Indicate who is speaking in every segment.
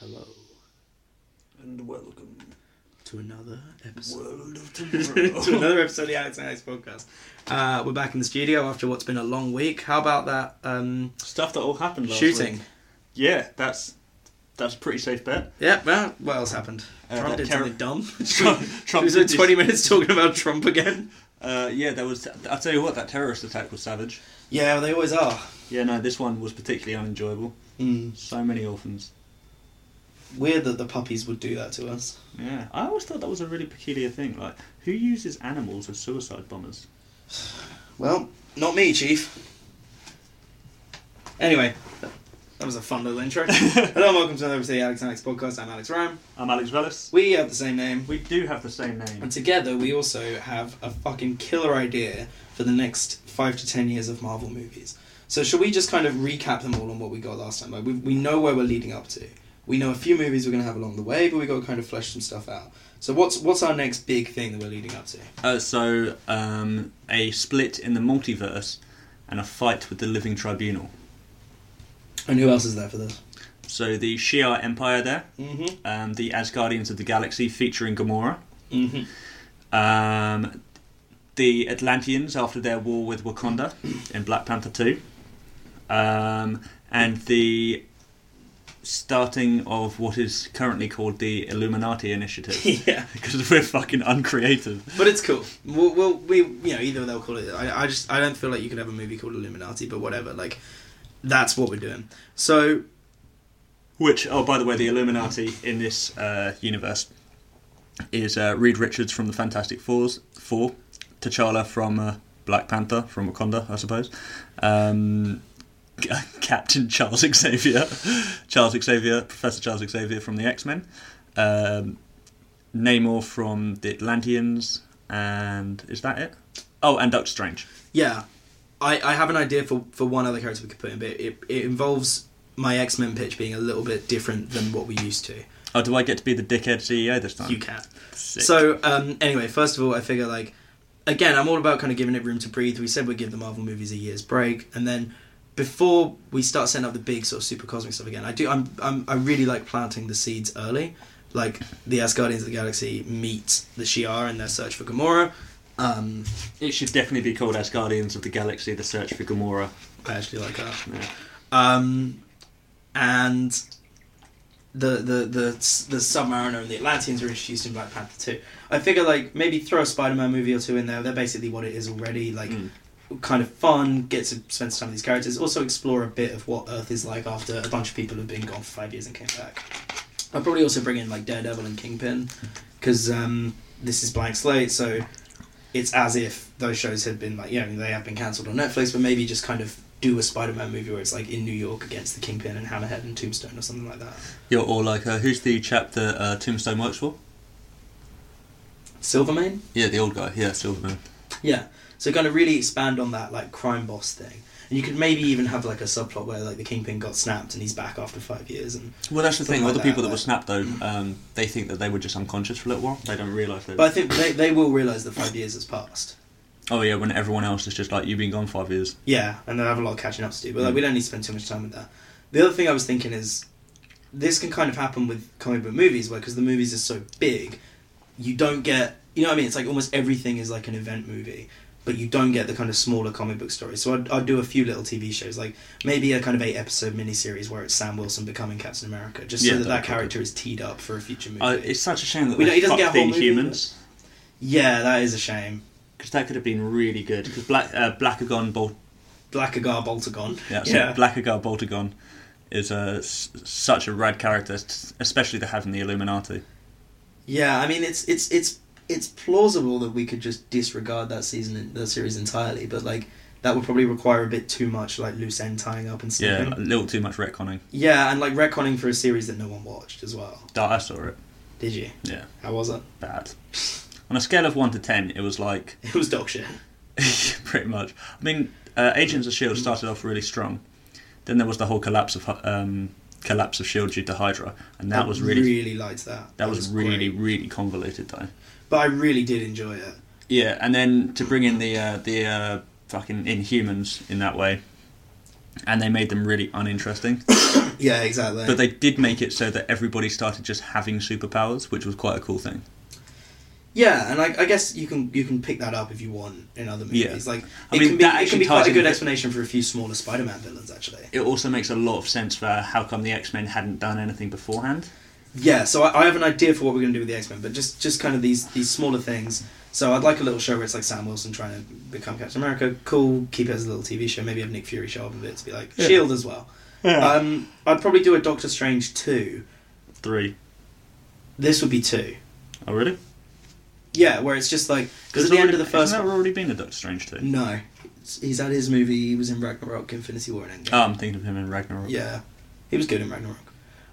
Speaker 1: Hello
Speaker 2: And welcome,
Speaker 1: to another episode.
Speaker 2: world of
Speaker 1: to
Speaker 2: tomorrow.
Speaker 1: another episode of the Alex and Alex podcast. Uh, we're back in the studio after what's been a long week. How about that um,
Speaker 2: Stuff that all happened last
Speaker 1: shooting?
Speaker 2: week. Yeah, that's that's a pretty safe bet.
Speaker 1: Yeah, well, what else happened?
Speaker 2: Uh,
Speaker 1: Trump
Speaker 2: that
Speaker 1: did
Speaker 2: terror-
Speaker 1: something dumb.
Speaker 2: Trump, Trump
Speaker 1: we
Speaker 2: did
Speaker 1: spent
Speaker 2: this-
Speaker 1: 20 minutes talking about Trump again.
Speaker 2: Uh, yeah, there was. I'll tell you what, that terrorist attack was savage.
Speaker 1: Yeah, they always are. Hmm.
Speaker 2: Yeah, no, this one was particularly unenjoyable. So many orphans.
Speaker 1: Weird that the puppies would do that to us.
Speaker 2: Yeah, I always thought that was a really peculiar thing. Like, who uses animals as suicide bombers?
Speaker 1: Well, not me, Chief. Anyway, that was a fun little intro. Hello and welcome to another episode of the Alex and Alex podcast. I'm Alex Ryan.
Speaker 2: I'm Alex Velis.
Speaker 1: We have the same name.
Speaker 2: We do have the same name.
Speaker 1: And together we also have a fucking killer idea for the next five to ten years of Marvel movies. So shall we just kind of recap them all on what we got last time? Like we, we know where we're leading up to. We know a few movies we're gonna have along the way, but we got to kind of flesh some stuff out. So what's what's our next big thing that we're leading up to?
Speaker 2: Uh, so, um, a split in the multiverse and a fight with the Living Tribunal.
Speaker 1: And who else is there for this?
Speaker 2: So, the Shi'ar Empire there,
Speaker 1: Mm-hmm.
Speaker 2: um, the Asgardians of the Galaxy featuring Gamora,
Speaker 1: Mm-hmm.
Speaker 2: um, the Atlanteans after their war with Wakanda in Black Panther 2, um, and the starting of what is currently called the Illuminati Initiative.
Speaker 1: yeah.
Speaker 2: Because we're fucking uncreative.
Speaker 1: But it's cool. We'll, we'll we you know either they'll call it. I, I just I don't feel like you could have a movie called Illuminati, but whatever. Like that's what we're doing. So
Speaker 2: Which, oh, by the way, the Illuminati in this uh, universe is uh, Reed Richards from the Fantastic Fours, Four, T'Challa from uh, Black Panther, from Wakanda, I suppose, um, C- Captain Charles Xavier, Charles Xavier, Professor Charles Xavier from the X Men, um, Namor from the Atlanteans, and is that it? Oh, and Doctor Strange.
Speaker 1: Yeah, I, I have an idea for, for one other character we could put in, but it, it involves my X Men pitch being a little bit different than what we used to.
Speaker 2: Oh, do I get to be the dickhead CEO this time?
Speaker 1: You can.
Speaker 2: Sick.
Speaker 1: So um, anyway, first of all, I figure like again, I'm all about kind of giving it room to breathe. We said we'd give the Marvel movies a year's break, and then before we start setting up the big sort of super cosmic stuff again, I do I'm, I'm I really like planting the seeds early, like the Asgardians of the Galaxy meet the Shi'ar in their search for Gamora. Um,
Speaker 2: It should definitely be called Asgardians of the Galaxy: The Search for Gamora.
Speaker 1: I actually like that.
Speaker 2: Yeah.
Speaker 1: um, and the the the the Submariner and the Atlanteans were introduced in Black Panther two. I figure like maybe throw a Spider Man movie or two in there. They're basically what it is already. Like
Speaker 2: Mm.
Speaker 1: kind of fun, get to spend some time with these characters. Also explore a bit of what Earth is like after a bunch of people have been gone for five years and came back. I'll probably also bring in like Daredevil and Kingpin because um, this is blank slate, so it's as if those shows had been like you know they have been cancelled on Netflix, but maybe just kind of do a Spider-Man movie where it's like in New York against the Kingpin and Hammerhead and Tombstone or something like that.
Speaker 2: Yeah, or like, uh, who's the chap that uh, Tombstone works for?
Speaker 1: Silvermane.
Speaker 2: Yeah, the old guy. Yeah, Silverman.
Speaker 1: Yeah. So kind of really expand on that like crime boss thing. And you could maybe even have like a subplot where like the Kingpin got snapped and he's back after five years and
Speaker 2: Well, that's the
Speaker 1: Something
Speaker 2: thing. All
Speaker 1: like
Speaker 2: the people
Speaker 1: that,
Speaker 2: that were
Speaker 1: like-
Speaker 2: snapped, though, um, they think that they were just unconscious for a little while. They don't realise that.
Speaker 1: But I think they, they will realise that five years has passed.
Speaker 2: oh yeah, when everyone else is just like, you've been gone five years.
Speaker 1: Yeah, and they'll have a lot of catching up to do. But
Speaker 2: Mm.
Speaker 1: like, we don't need to spend too much time with that. The other thing I was thinking is this can kind of happen with comic book movies, where because the movies are so big, you don't get you know what I mean. It's like almost everything is like an event movie, but you don't get the kind of smaller comic book stories. So I'd, I'd do a few little TV shows, like maybe a kind of eight episode miniseries where it's Sam Wilson becoming Captain America, just
Speaker 2: Yeah,
Speaker 1: so that
Speaker 2: that'd
Speaker 1: that
Speaker 2: be good.
Speaker 1: character is teed up for a future movie.
Speaker 2: Uh, it's such a shame that
Speaker 1: We
Speaker 2: we
Speaker 1: don't- he
Speaker 2: they
Speaker 1: doesn't
Speaker 2: fucked
Speaker 1: get a whole
Speaker 2: the
Speaker 1: movie,
Speaker 2: humans
Speaker 1: yeah, that is a shame.
Speaker 2: because that could have been really good. Because Black uh, Blackagon Bolt,
Speaker 1: Blackagar Boltagon.
Speaker 2: yeah, so Blackagar Boltagon is uh, s- such a rad character, s- especially to have in the Illuminati.
Speaker 1: Yeah, I mean it's it's it's it's plausible that we could just disregard that season the series entirely, but like that would probably require a bit too much like loose end tying up and
Speaker 2: Yeah,
Speaker 1: stuff.
Speaker 2: a little too much retconning.
Speaker 1: yeah, and like retconning for a series that no one watched as well.
Speaker 2: That I saw it.
Speaker 1: Did you?
Speaker 2: Yeah.
Speaker 1: How was it?
Speaker 2: bad. On a scale of 1 to 10, it was like
Speaker 1: It was dog shit.
Speaker 2: pretty much. I mean, uh, Agents of S.H.I.E.L.D. started off really strong. Then there was the whole collapse of Hy- um, collapse of S.H.I.E.L.D. due to Hydra, and that
Speaker 1: I
Speaker 2: was really,
Speaker 1: really liked that.
Speaker 2: that was, really
Speaker 1: great.
Speaker 2: really convoluted though.
Speaker 1: but I really did enjoy it.
Speaker 2: Yeah, and then to bring in the uh, the uh, fucking Inhumans in that way and they made them really uninteresting.
Speaker 1: Yeah, exactly.
Speaker 2: But they did make it so that everybody started just having superpowers, which was quite a cool thing.
Speaker 1: yeah, and I, I guess you can you can pick that up if you want in other movies.
Speaker 2: Yeah.
Speaker 1: Like
Speaker 2: I
Speaker 1: it
Speaker 2: mean,
Speaker 1: can be,
Speaker 2: that
Speaker 1: it can
Speaker 2: actually
Speaker 1: be
Speaker 2: ties
Speaker 1: quite a
Speaker 2: in
Speaker 1: good
Speaker 2: with-
Speaker 1: explanation for a few smaller Spider-Man villains, actually.
Speaker 2: It also makes a lot of sense for how come the X Men hadn't done anything beforehand.
Speaker 1: Yeah, so I, I have an idea for what we're going to do with the X Men, but just just kind of these these smaller things. So I'd like a little show where it's like Sam Wilson trying to become Captain America. Cool, keep it as a little TV show. Maybe have Nick Fury show up a bit to be like
Speaker 2: Yeah.
Speaker 1: Shield E as well. Um, I'd probably do a Doctor Strange two.
Speaker 2: Three.
Speaker 1: This would be two.
Speaker 2: Oh, really?
Speaker 1: Yeah, where it's just like because at the end of the first
Speaker 2: Hasn't
Speaker 1: one,
Speaker 2: there already been a Doctor Strange 2?
Speaker 1: no, It's- he's had his movie. He was in Ragnarok, Infinity War, and Endgame.
Speaker 2: Oh, I'm thinking of him in Ragnarok.
Speaker 1: Yeah, he was good in Ragnarok.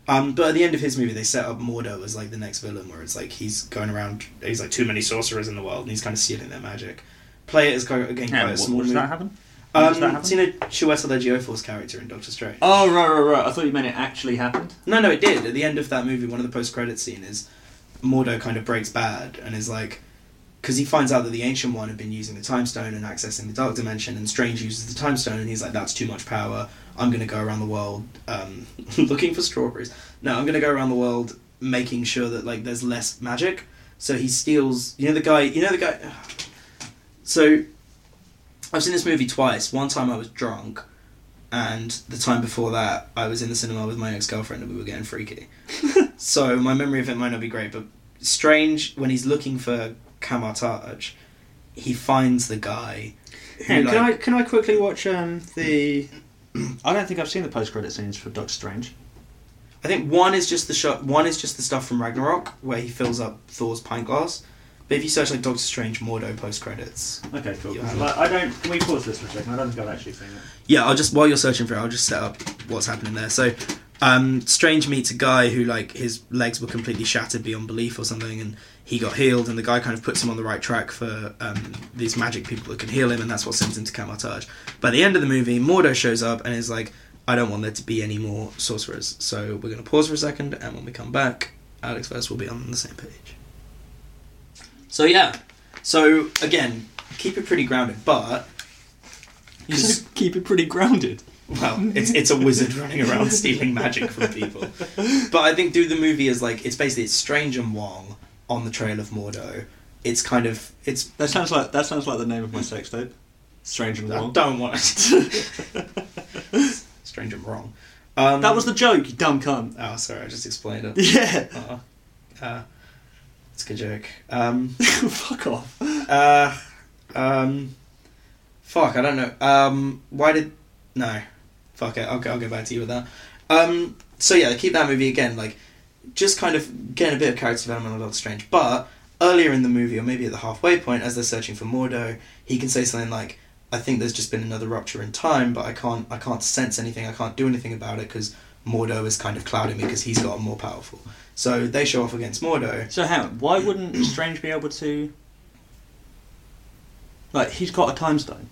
Speaker 1: Um, but at the end of his movie, they set up Mordo as like the next villain, where it's like he's going around. He's like too many sorcerers in the world, and he's kind of stealing their magic. Play it as quite, again quite
Speaker 2: And
Speaker 1: a
Speaker 2: what,
Speaker 1: small
Speaker 2: what does
Speaker 1: movie.
Speaker 2: that happen? When does that
Speaker 1: Um,
Speaker 2: happen?
Speaker 1: so you know Chiwetel Ejiofor's character in Doctor Strange.
Speaker 2: Oh, right, right, right. I thought you meant it actually happened.
Speaker 1: No, no, it did. At the end of that movie, one of the post-credit scene is Mordo kind of breaks bad and is like, because he finds out that the Ancient One had been using the Time Stone and accessing the Dark Dimension, and Strange uses the Time Stone, and he's like, that's too much power. I'm gonna go around the world um, looking for strawberries. No, I'm gonna go around the world making sure that like there's less magic. So he steals. You know the guy. You know the guy. So I've seen this movie twice. One time I was drunk, and the time before that I was in the cinema with my ex girlfriend and we were getting freaky. so my memory of it might not be great, but strange when he's looking for Kamataj, he finds the guy. who,
Speaker 2: Hang on,
Speaker 1: like-
Speaker 2: can I can I quickly watch um, the? I don't think I've seen the post credit scenes for Doctor Strange.
Speaker 1: I think one is just the shot. One is just the stuff from Ragnarok where he fills up Thor's pint glass. But if you search like Doctor Strange Mordo post credits,
Speaker 2: Okay, cool.
Speaker 1: Yeah.
Speaker 2: Like, I don't. Can we pause this for a second? I don't think I've actually seen it.
Speaker 1: yeah, I'll just while you're searching for it, I'll just set up what's happening there. So, um, Strange meets a guy who like his legs were completely shattered beyond belief or something, and he got healed, and the guy kind of puts him on the right track for um, these magic people that can heal him, and that's what sends him to Kamataj. By the end of the movie, Mordo shows up and is like, "I don't want there to be any more sorcerers." So we're gonna pause for a second, and when we come back, Alex Verse will be on the same page. So yeah, so again, keep it pretty grounded, but.
Speaker 2: You
Speaker 1: 'cause-
Speaker 2: said keep it pretty grounded.
Speaker 1: well, it's it's a wizard running around stealing magic from people. But I think do the movie is like it's basically it's Strange and Wong on the trail of Mordo. It's kind of it's
Speaker 2: That sounds like that sounds like the name of my sex tape. Strange and
Speaker 1: I
Speaker 2: Wrong.
Speaker 1: don't want it. Strange and Wrong. Um,
Speaker 2: that was the joke, you dumb cunt.
Speaker 1: oh sorry I just explained it.
Speaker 2: Yeah.
Speaker 1: Uh, uh, it's a good joke. Um,
Speaker 2: Fuck off.
Speaker 1: uh, um, fuck I don't know. Um, why did no? Fuck it. Okay, I'll go back to you with that. Um, so yeah, keep that movie again like. just kind of getting a bit of character development on Doctor Strange. But earlier in the movie, or maybe at the halfway point, as they're searching for Mordo, he can say something like, "I think there's just been another rupture in time, but I can't, I can't sense anything. I can't do anything about it because Mordo is kind of clouding me because he's gotten more powerful." So they show off against Mordo.
Speaker 2: So hang on, why wouldn't Strange be able to? Like he's got a time stone.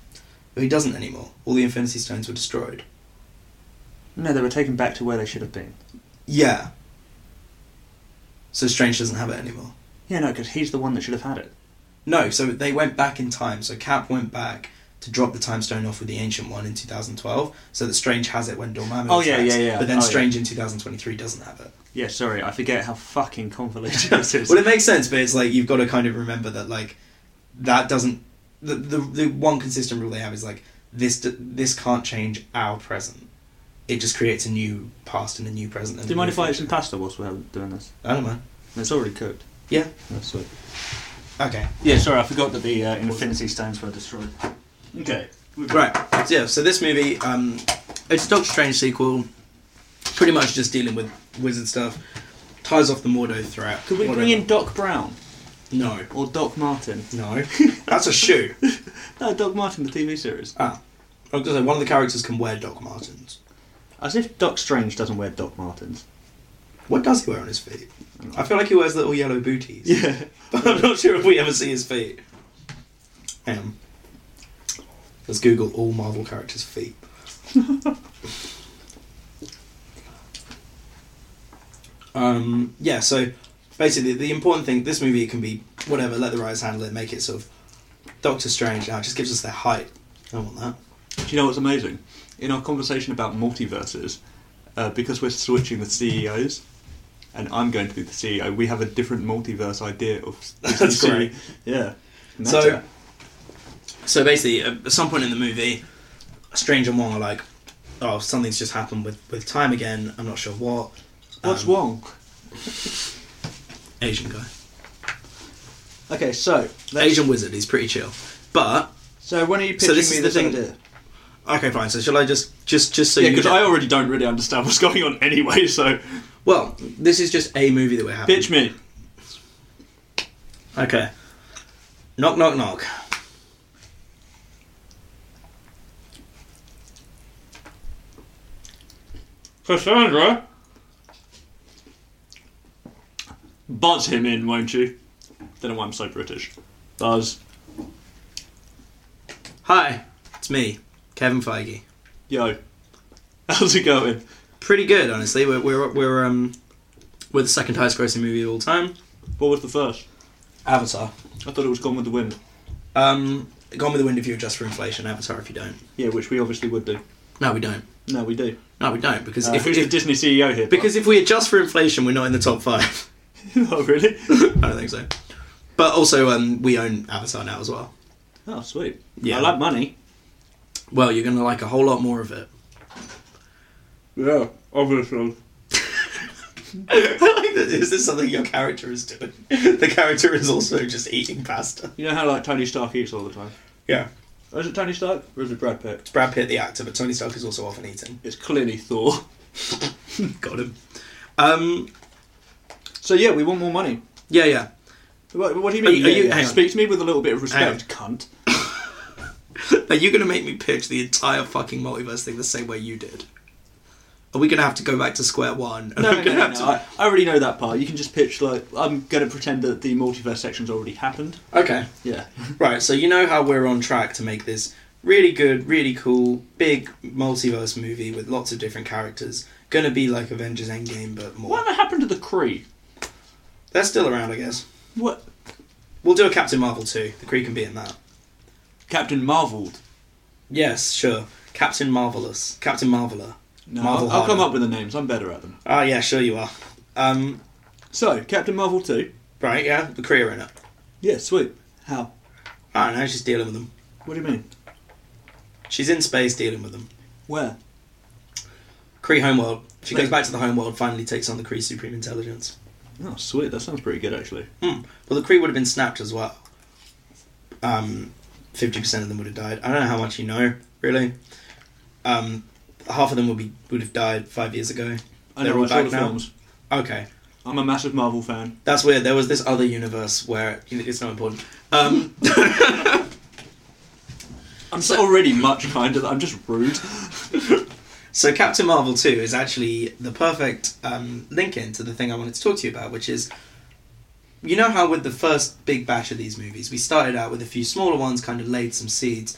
Speaker 1: But he doesn't anymore. All the Infinity Stones were destroyed.
Speaker 2: No, they were taken back to where they should have been.
Speaker 1: Yeah. So Strange doesn't have it anymore.
Speaker 2: Yeah, no, because he's the one that should have had it.
Speaker 1: No, so they went back in time. So Cap went back to drop the time stone off with the ancient one in 2012, so that Strange has it when Dormammu.
Speaker 2: Oh, yeah,
Speaker 1: attacks,
Speaker 2: yeah, yeah.
Speaker 1: But then
Speaker 2: Oh, yeah.
Speaker 1: Strange in 2023 doesn't have it.
Speaker 2: Yeah, sorry, I forget how fucking convoluted this is.
Speaker 1: Well, it makes sense, but it's like you've got to kind of remember that like that doesn't the the, the one consistent rule they have is like this d- this can't change our present. It just creates a new past and a new present. And
Speaker 2: Do
Speaker 1: a
Speaker 2: you mind
Speaker 1: new
Speaker 2: if I eat some
Speaker 1: future.
Speaker 2: pasta whilst we're doing this?
Speaker 1: I don't know.
Speaker 2: It's already cooked.
Speaker 1: Yeah.
Speaker 2: That's sweet.
Speaker 1: Okay.
Speaker 2: Yeah, sorry, I forgot that the uh, Infinity Stones were destroyed. Okay.
Speaker 1: Right. So, yeah. So this movie, um, it's a Doctor Strange sequel, pretty much just dealing with wizard stuff. Ties off the Mordo threat.
Speaker 2: Could we bring in Doc Brown
Speaker 1: No.
Speaker 2: or Doc Martin?
Speaker 1: No. That's a shoe.
Speaker 2: No, Doc Martin, the TV series.
Speaker 1: ah. I was gonna say one of the characters can wear Doc Martens.
Speaker 2: As if Doc Strange doesn't wear Doc Martens.
Speaker 1: What does he wear on his feet? I feel like he wears little yellow booties.
Speaker 2: Yeah.
Speaker 1: But I'm not sure if we ever see his feet. Um. Let's Google all Marvel characters' feet. um, yeah, so basically the important thing, this movie can be whatever, let the writers handle it, make it sort of Doctor Strange now, it just gives us their height. I don't want that.
Speaker 2: Do you know what's amazing? In our conversation about multiverses, uh, because we're switching the CEOs, and I'm going to be the CEO, we have a different multiverse idea of
Speaker 1: That's great.
Speaker 2: Yeah. And
Speaker 1: So-
Speaker 2: that's it.
Speaker 1: So basically, at at some point in the movie, Strange and Wong are like, "Oh, something's just happened with with time again. I'm not sure what."
Speaker 2: what's
Speaker 1: Um,
Speaker 2: wrong?
Speaker 1: Asian guy,
Speaker 2: Okay, so let's-
Speaker 1: Asian wizard. He's pretty chill, but
Speaker 2: So when are you pitching
Speaker 1: So this
Speaker 2: me
Speaker 1: is
Speaker 2: this
Speaker 1: the thing-
Speaker 2: idea?
Speaker 1: okay, fine. So shall I just just just so
Speaker 2: Yeah,
Speaker 1: you? Um,
Speaker 2: because
Speaker 1: know-
Speaker 2: I already don't really understand what's going on anyway. So
Speaker 1: well, this is just a movie that we're having.
Speaker 2: pitch me.
Speaker 1: Okay. Knock knock knock.
Speaker 2: Cassandra. Buzz him in, won't you? Don't know why I'm so British. Buzz.
Speaker 1: Hi, it's me, Kevin Feige.
Speaker 2: Yo. How's it going?
Speaker 1: Pretty good, honestly. We're we're we're um we're the second highest grossing movie of all time.
Speaker 2: What was the first?
Speaker 1: Avatar.
Speaker 2: I thought it was Gone with the Wind.
Speaker 1: Um, Gone with the Wind if you adjust for inflation. Avatar if you don't.
Speaker 2: Yeah, which we obviously would do.
Speaker 1: No, we don't.
Speaker 2: No, we do.
Speaker 1: No, we don't because
Speaker 2: Uh,
Speaker 1: if,
Speaker 2: who's
Speaker 1: if
Speaker 2: the Disney CEO here?
Speaker 1: because if we adjust for inflation, we're not in the top five.
Speaker 2: oh, really?
Speaker 1: I don't think so. But also, um, we own Avatar now as well.
Speaker 2: Oh, sweet.
Speaker 1: Yeah.
Speaker 2: I like money.
Speaker 1: Well, you're gonna like a whole lot more of it.
Speaker 2: Yeah, obviously.
Speaker 1: is this something your character is doing? The character is also just eating pasta.
Speaker 2: You know how like Tony Stark eats all the time.
Speaker 1: Yeah,
Speaker 2: Oh, Is it Tony Stark or is it Brad Pitt?
Speaker 1: it's Brad Pitt the actor, but Tony Stark is also often eating.
Speaker 2: It's clearly Thor.
Speaker 1: Got him. Um,
Speaker 2: So yeah, we want more money.
Speaker 1: yeah, yeah.
Speaker 2: What, what do you
Speaker 1: Are
Speaker 2: mean?
Speaker 1: you- are you-
Speaker 2: yeah,
Speaker 1: hang
Speaker 2: yeah.
Speaker 1: on.
Speaker 2: Speak to me with a little bit of
Speaker 1: Hang on.
Speaker 2: respect, cunt.
Speaker 1: Are you gonna make me pitch the entire fucking multiverse thing the same way you did? Are we gonna have to go back to square one? And
Speaker 2: No,
Speaker 1: I'm
Speaker 2: no, no,
Speaker 1: gonna
Speaker 2: no,
Speaker 1: have
Speaker 2: no.
Speaker 1: to-
Speaker 2: I, I already know that part. You can just pitch like I'm going to pretend that the multiverse section's already happened.
Speaker 1: Okay.
Speaker 2: Yeah.
Speaker 1: Right, so you know how we're on track to make this really good, really cool, big multiverse movie with lots of different characters. Gonna be like Avengers Endgame, but more.
Speaker 2: What happened to the Kree?
Speaker 1: They're still around, I guess.
Speaker 2: What
Speaker 1: We'll do a Captain Marvel too. The Kree can be in that.
Speaker 2: Captain Marveled?
Speaker 1: Yes, sure. Captain Marvelous. Captain Marveler.
Speaker 2: No,
Speaker 1: Marvel
Speaker 2: I'll, I'll come
Speaker 1: harder.
Speaker 2: up with the names. I'm better at them.
Speaker 1: Ah, yeah, sure you are. Um,
Speaker 2: So Captain Marvel two.
Speaker 1: right, yeah, the Kree are in it.
Speaker 2: Yeah, sweet. How?
Speaker 1: I don't know, she's dealing with them.
Speaker 2: What do you mean?
Speaker 1: She's in space dealing with them.
Speaker 2: Where?
Speaker 1: Kree homeworld. She goes
Speaker 2: Wait.
Speaker 1: back to the homeworld, finally takes on the Kree Supreme Intelligence.
Speaker 2: Oh, sweet. That sounds pretty good actually.
Speaker 1: Hmm. Well, the Kree would have been snapped as well. Um, fifty percent of them would have died. I don't know how much you know, really. Um, half of them would be would have died five years ago.
Speaker 2: I
Speaker 1: They're
Speaker 2: know
Speaker 1: all
Speaker 2: I saw
Speaker 1: back
Speaker 2: the
Speaker 1: now?
Speaker 2: films.
Speaker 1: Okay,
Speaker 2: I'm a massive Marvel fan.
Speaker 1: that's weird. There was this other universe where it's not important. Um,
Speaker 2: I'm so already much kinder. I'm just rude.
Speaker 1: so Captain Marvel two is actually the perfect um, link in to the thing I wanted to talk to you about, which is. You know how with the first big batch of these movies, we started out with a few smaller ones, kind of laid some seeds,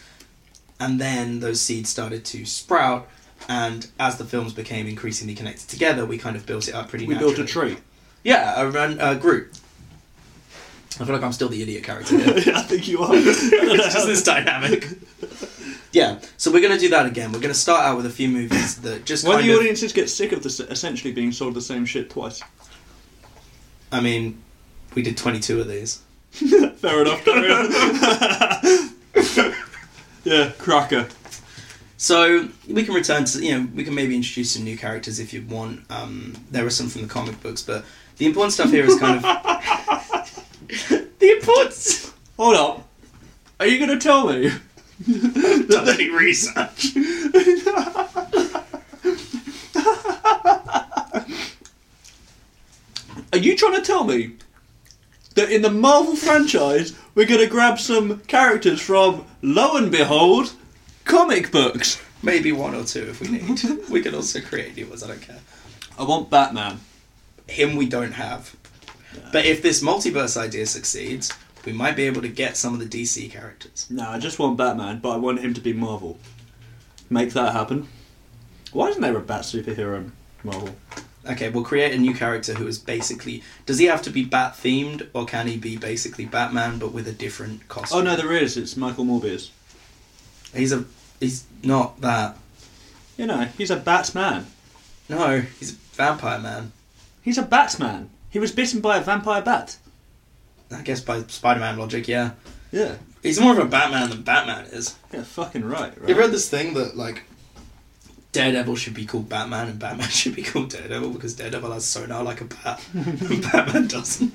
Speaker 1: and then those seeds started to sprout. And as the films became increasingly connected together, we kind of built it up pretty.
Speaker 2: We
Speaker 1: naturally.
Speaker 2: built a tree.
Speaker 1: Yeah, a, run, a group. I feel like I'm still the idiot character. Here.
Speaker 2: I think you are. it's
Speaker 1: it's just this dynamic. Yeah, so we're gonna do that again. We're gonna start out with a few movies that just
Speaker 2: Why
Speaker 1: kind
Speaker 2: the
Speaker 1: of.
Speaker 2: audiences get sick of this essentially being sold the same shit twice.
Speaker 1: I mean, we did 22 of these.
Speaker 2: Fair enough. Carry on. yeah, cracker.
Speaker 1: So we can return to you know we can maybe introduce some new characters if you want. Um, there are some from the comic books, but the important stuff here is kind of the importance.
Speaker 2: Hold up. Are you going to tell me?
Speaker 1: done any research.
Speaker 2: Are you trying to tell me that in the Marvel franchise we're going to grab some characters from, lo and behold, comic books?
Speaker 1: Maybe one or two if we need. We can also create new ones. I don't care.
Speaker 2: I want Batman.
Speaker 1: Him we don't have. But if this multiverse idea succeeds, we might be able to get some of the DC characters.
Speaker 2: No, I just want Batman, but I want him to be Marvel. Make that happen. Why isn't there a Bat superhero in Marvel?
Speaker 1: Okay, we'll create a new character who is basically. Does he have to be Bat themed, or can he be Oh, basically Batman but with a different costume?
Speaker 2: Oh no, there is. It's Michael Morbius.
Speaker 1: he's a He's not that.
Speaker 2: You know, he's a Batman.
Speaker 1: No, he's a vampire man.
Speaker 2: He's a Batman. He was bitten by a vampire bat.
Speaker 1: I guess by Spider-Man logic, yeah.
Speaker 2: Yeah.
Speaker 1: He's more of a Batman than Batman is.
Speaker 2: Yeah, fucking right. right?
Speaker 1: You read this thing that like Daredevil should be called Batman and Batman should be called Daredevil because Daredevil has sonar like a bat and Batman doesn't.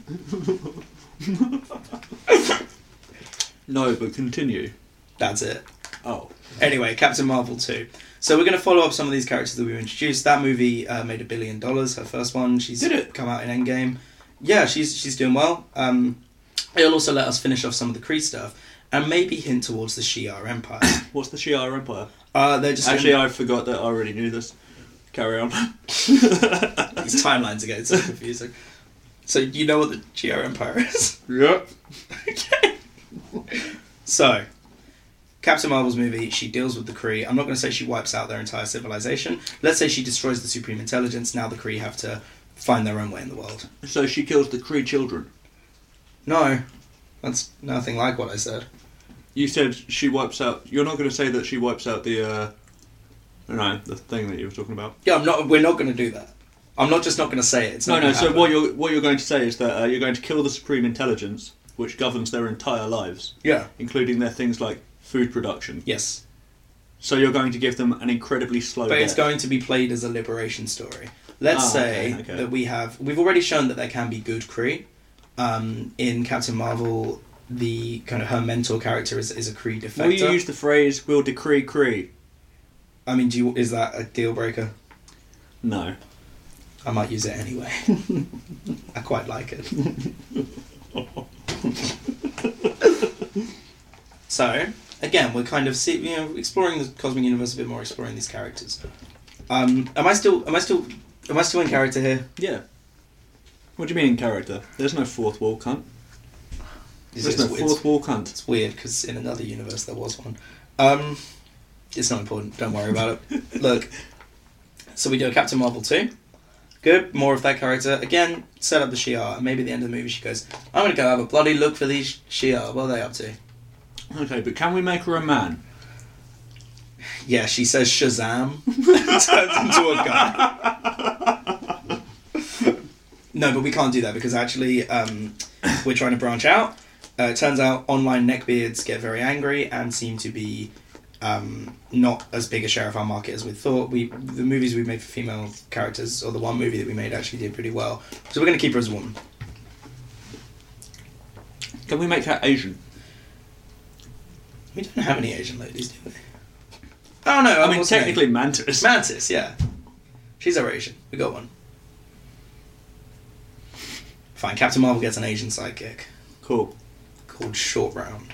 Speaker 2: no, but continue.
Speaker 1: That's it.
Speaker 2: Oh.
Speaker 1: Anyway, Captain Marvel 2. So we're going to follow up some of these characters that we were introduced. That movie uh, made a billion dollars. Her first one, she's
Speaker 2: Did it?
Speaker 1: come out in Endgame. Yeah, she's she's doing well. Um, it'll also let us finish off some of the Kree stuff and maybe hint towards the Shi'ar Empire.
Speaker 2: What's the Shi'ar Empire?
Speaker 1: uh, they're just
Speaker 2: Actually, I forgot that I already knew this. Carry on.
Speaker 1: these timelines again. It's so confusing. So you know what the Shi'ar Empire is.
Speaker 2: yep.
Speaker 1: okay. So, Captain Marvel's movie, she deals with the Kree. I'm not going to say she wipes out their entire civilization. Let's say she destroys the supreme intelligence. Now the Kree have to find their own way in the world.
Speaker 2: So she kills the Kree children.
Speaker 1: No, that's nothing like what I said.
Speaker 2: You said she wipes out. You're not going to say that she wipes out the. uh No, the thing that you were talking about.
Speaker 1: Yeah, I'm not. We're not going to do that. I'm not just not going to say it. It's
Speaker 2: No,
Speaker 1: not
Speaker 2: no.
Speaker 1: gonna
Speaker 2: So
Speaker 1: happen.
Speaker 2: what you're what you're going to say is that uh, you're going to kill the supreme intelligence, which governs their entire lives,
Speaker 1: Yeah.
Speaker 2: including their things like food production.
Speaker 1: Yes,
Speaker 2: So you're going to give them an incredibly slow.
Speaker 1: but it's
Speaker 2: death.
Speaker 1: going to be played as a liberation story. Let's
Speaker 2: Ah,
Speaker 1: say
Speaker 2: okay, okay.
Speaker 1: that we have. We've already shown that there can be good Kree. Um, in Captain Marvel, the kind of her mentor character is, is a Kree defector.
Speaker 2: Will you use the phrase "We'll decree Kree"?
Speaker 1: I mean, do you, is that a deal breaker?
Speaker 2: No.
Speaker 1: I might use it anyway. I quite like it. so, again, we're kind of see, you know exploring the cosmic universe a bit more, exploring these characters. Um, am I still? Am I still? Am I still in character here?
Speaker 2: Yeah. What do you mean in character? There's no fourth wall cunt.
Speaker 1: It's,
Speaker 2: There's
Speaker 1: it's,
Speaker 2: no
Speaker 1: it's,
Speaker 2: fourth wall cunt.
Speaker 1: it's weird because in another universe there was one. Um, it's not important. Don't worry about it. Look, so we do a Captain Marvel two. Good, more of that character. Again, set up the Shi'ar, and maybe at the end of the movie she goes, "I'm gonna go have a bloody look for these Shi'ar. What are they up to?"
Speaker 2: Okay, but can we make her a man?
Speaker 1: Yeah, she says Shazam, turns into a guy. no, but we can't do that because actually um, we're trying to branch out. Uh, it turns out online neckbeards get very angry and seem to be um, not as big a share of our market as we thought. We the movies we made for female characters, or the one movie that we made, actually did pretty well. So we're going to keep her as a woman.
Speaker 2: Can we make her Asian?
Speaker 1: We don't have any Asian ladies, do we? Oh no!
Speaker 2: I mean,
Speaker 1: what's her name?
Speaker 2: technically Mantis.
Speaker 1: Mantis, yeah. She's our Asian. We got one. Fine, Captain Marvel gets an Asian sidekick
Speaker 2: Cool.
Speaker 1: called Short Round.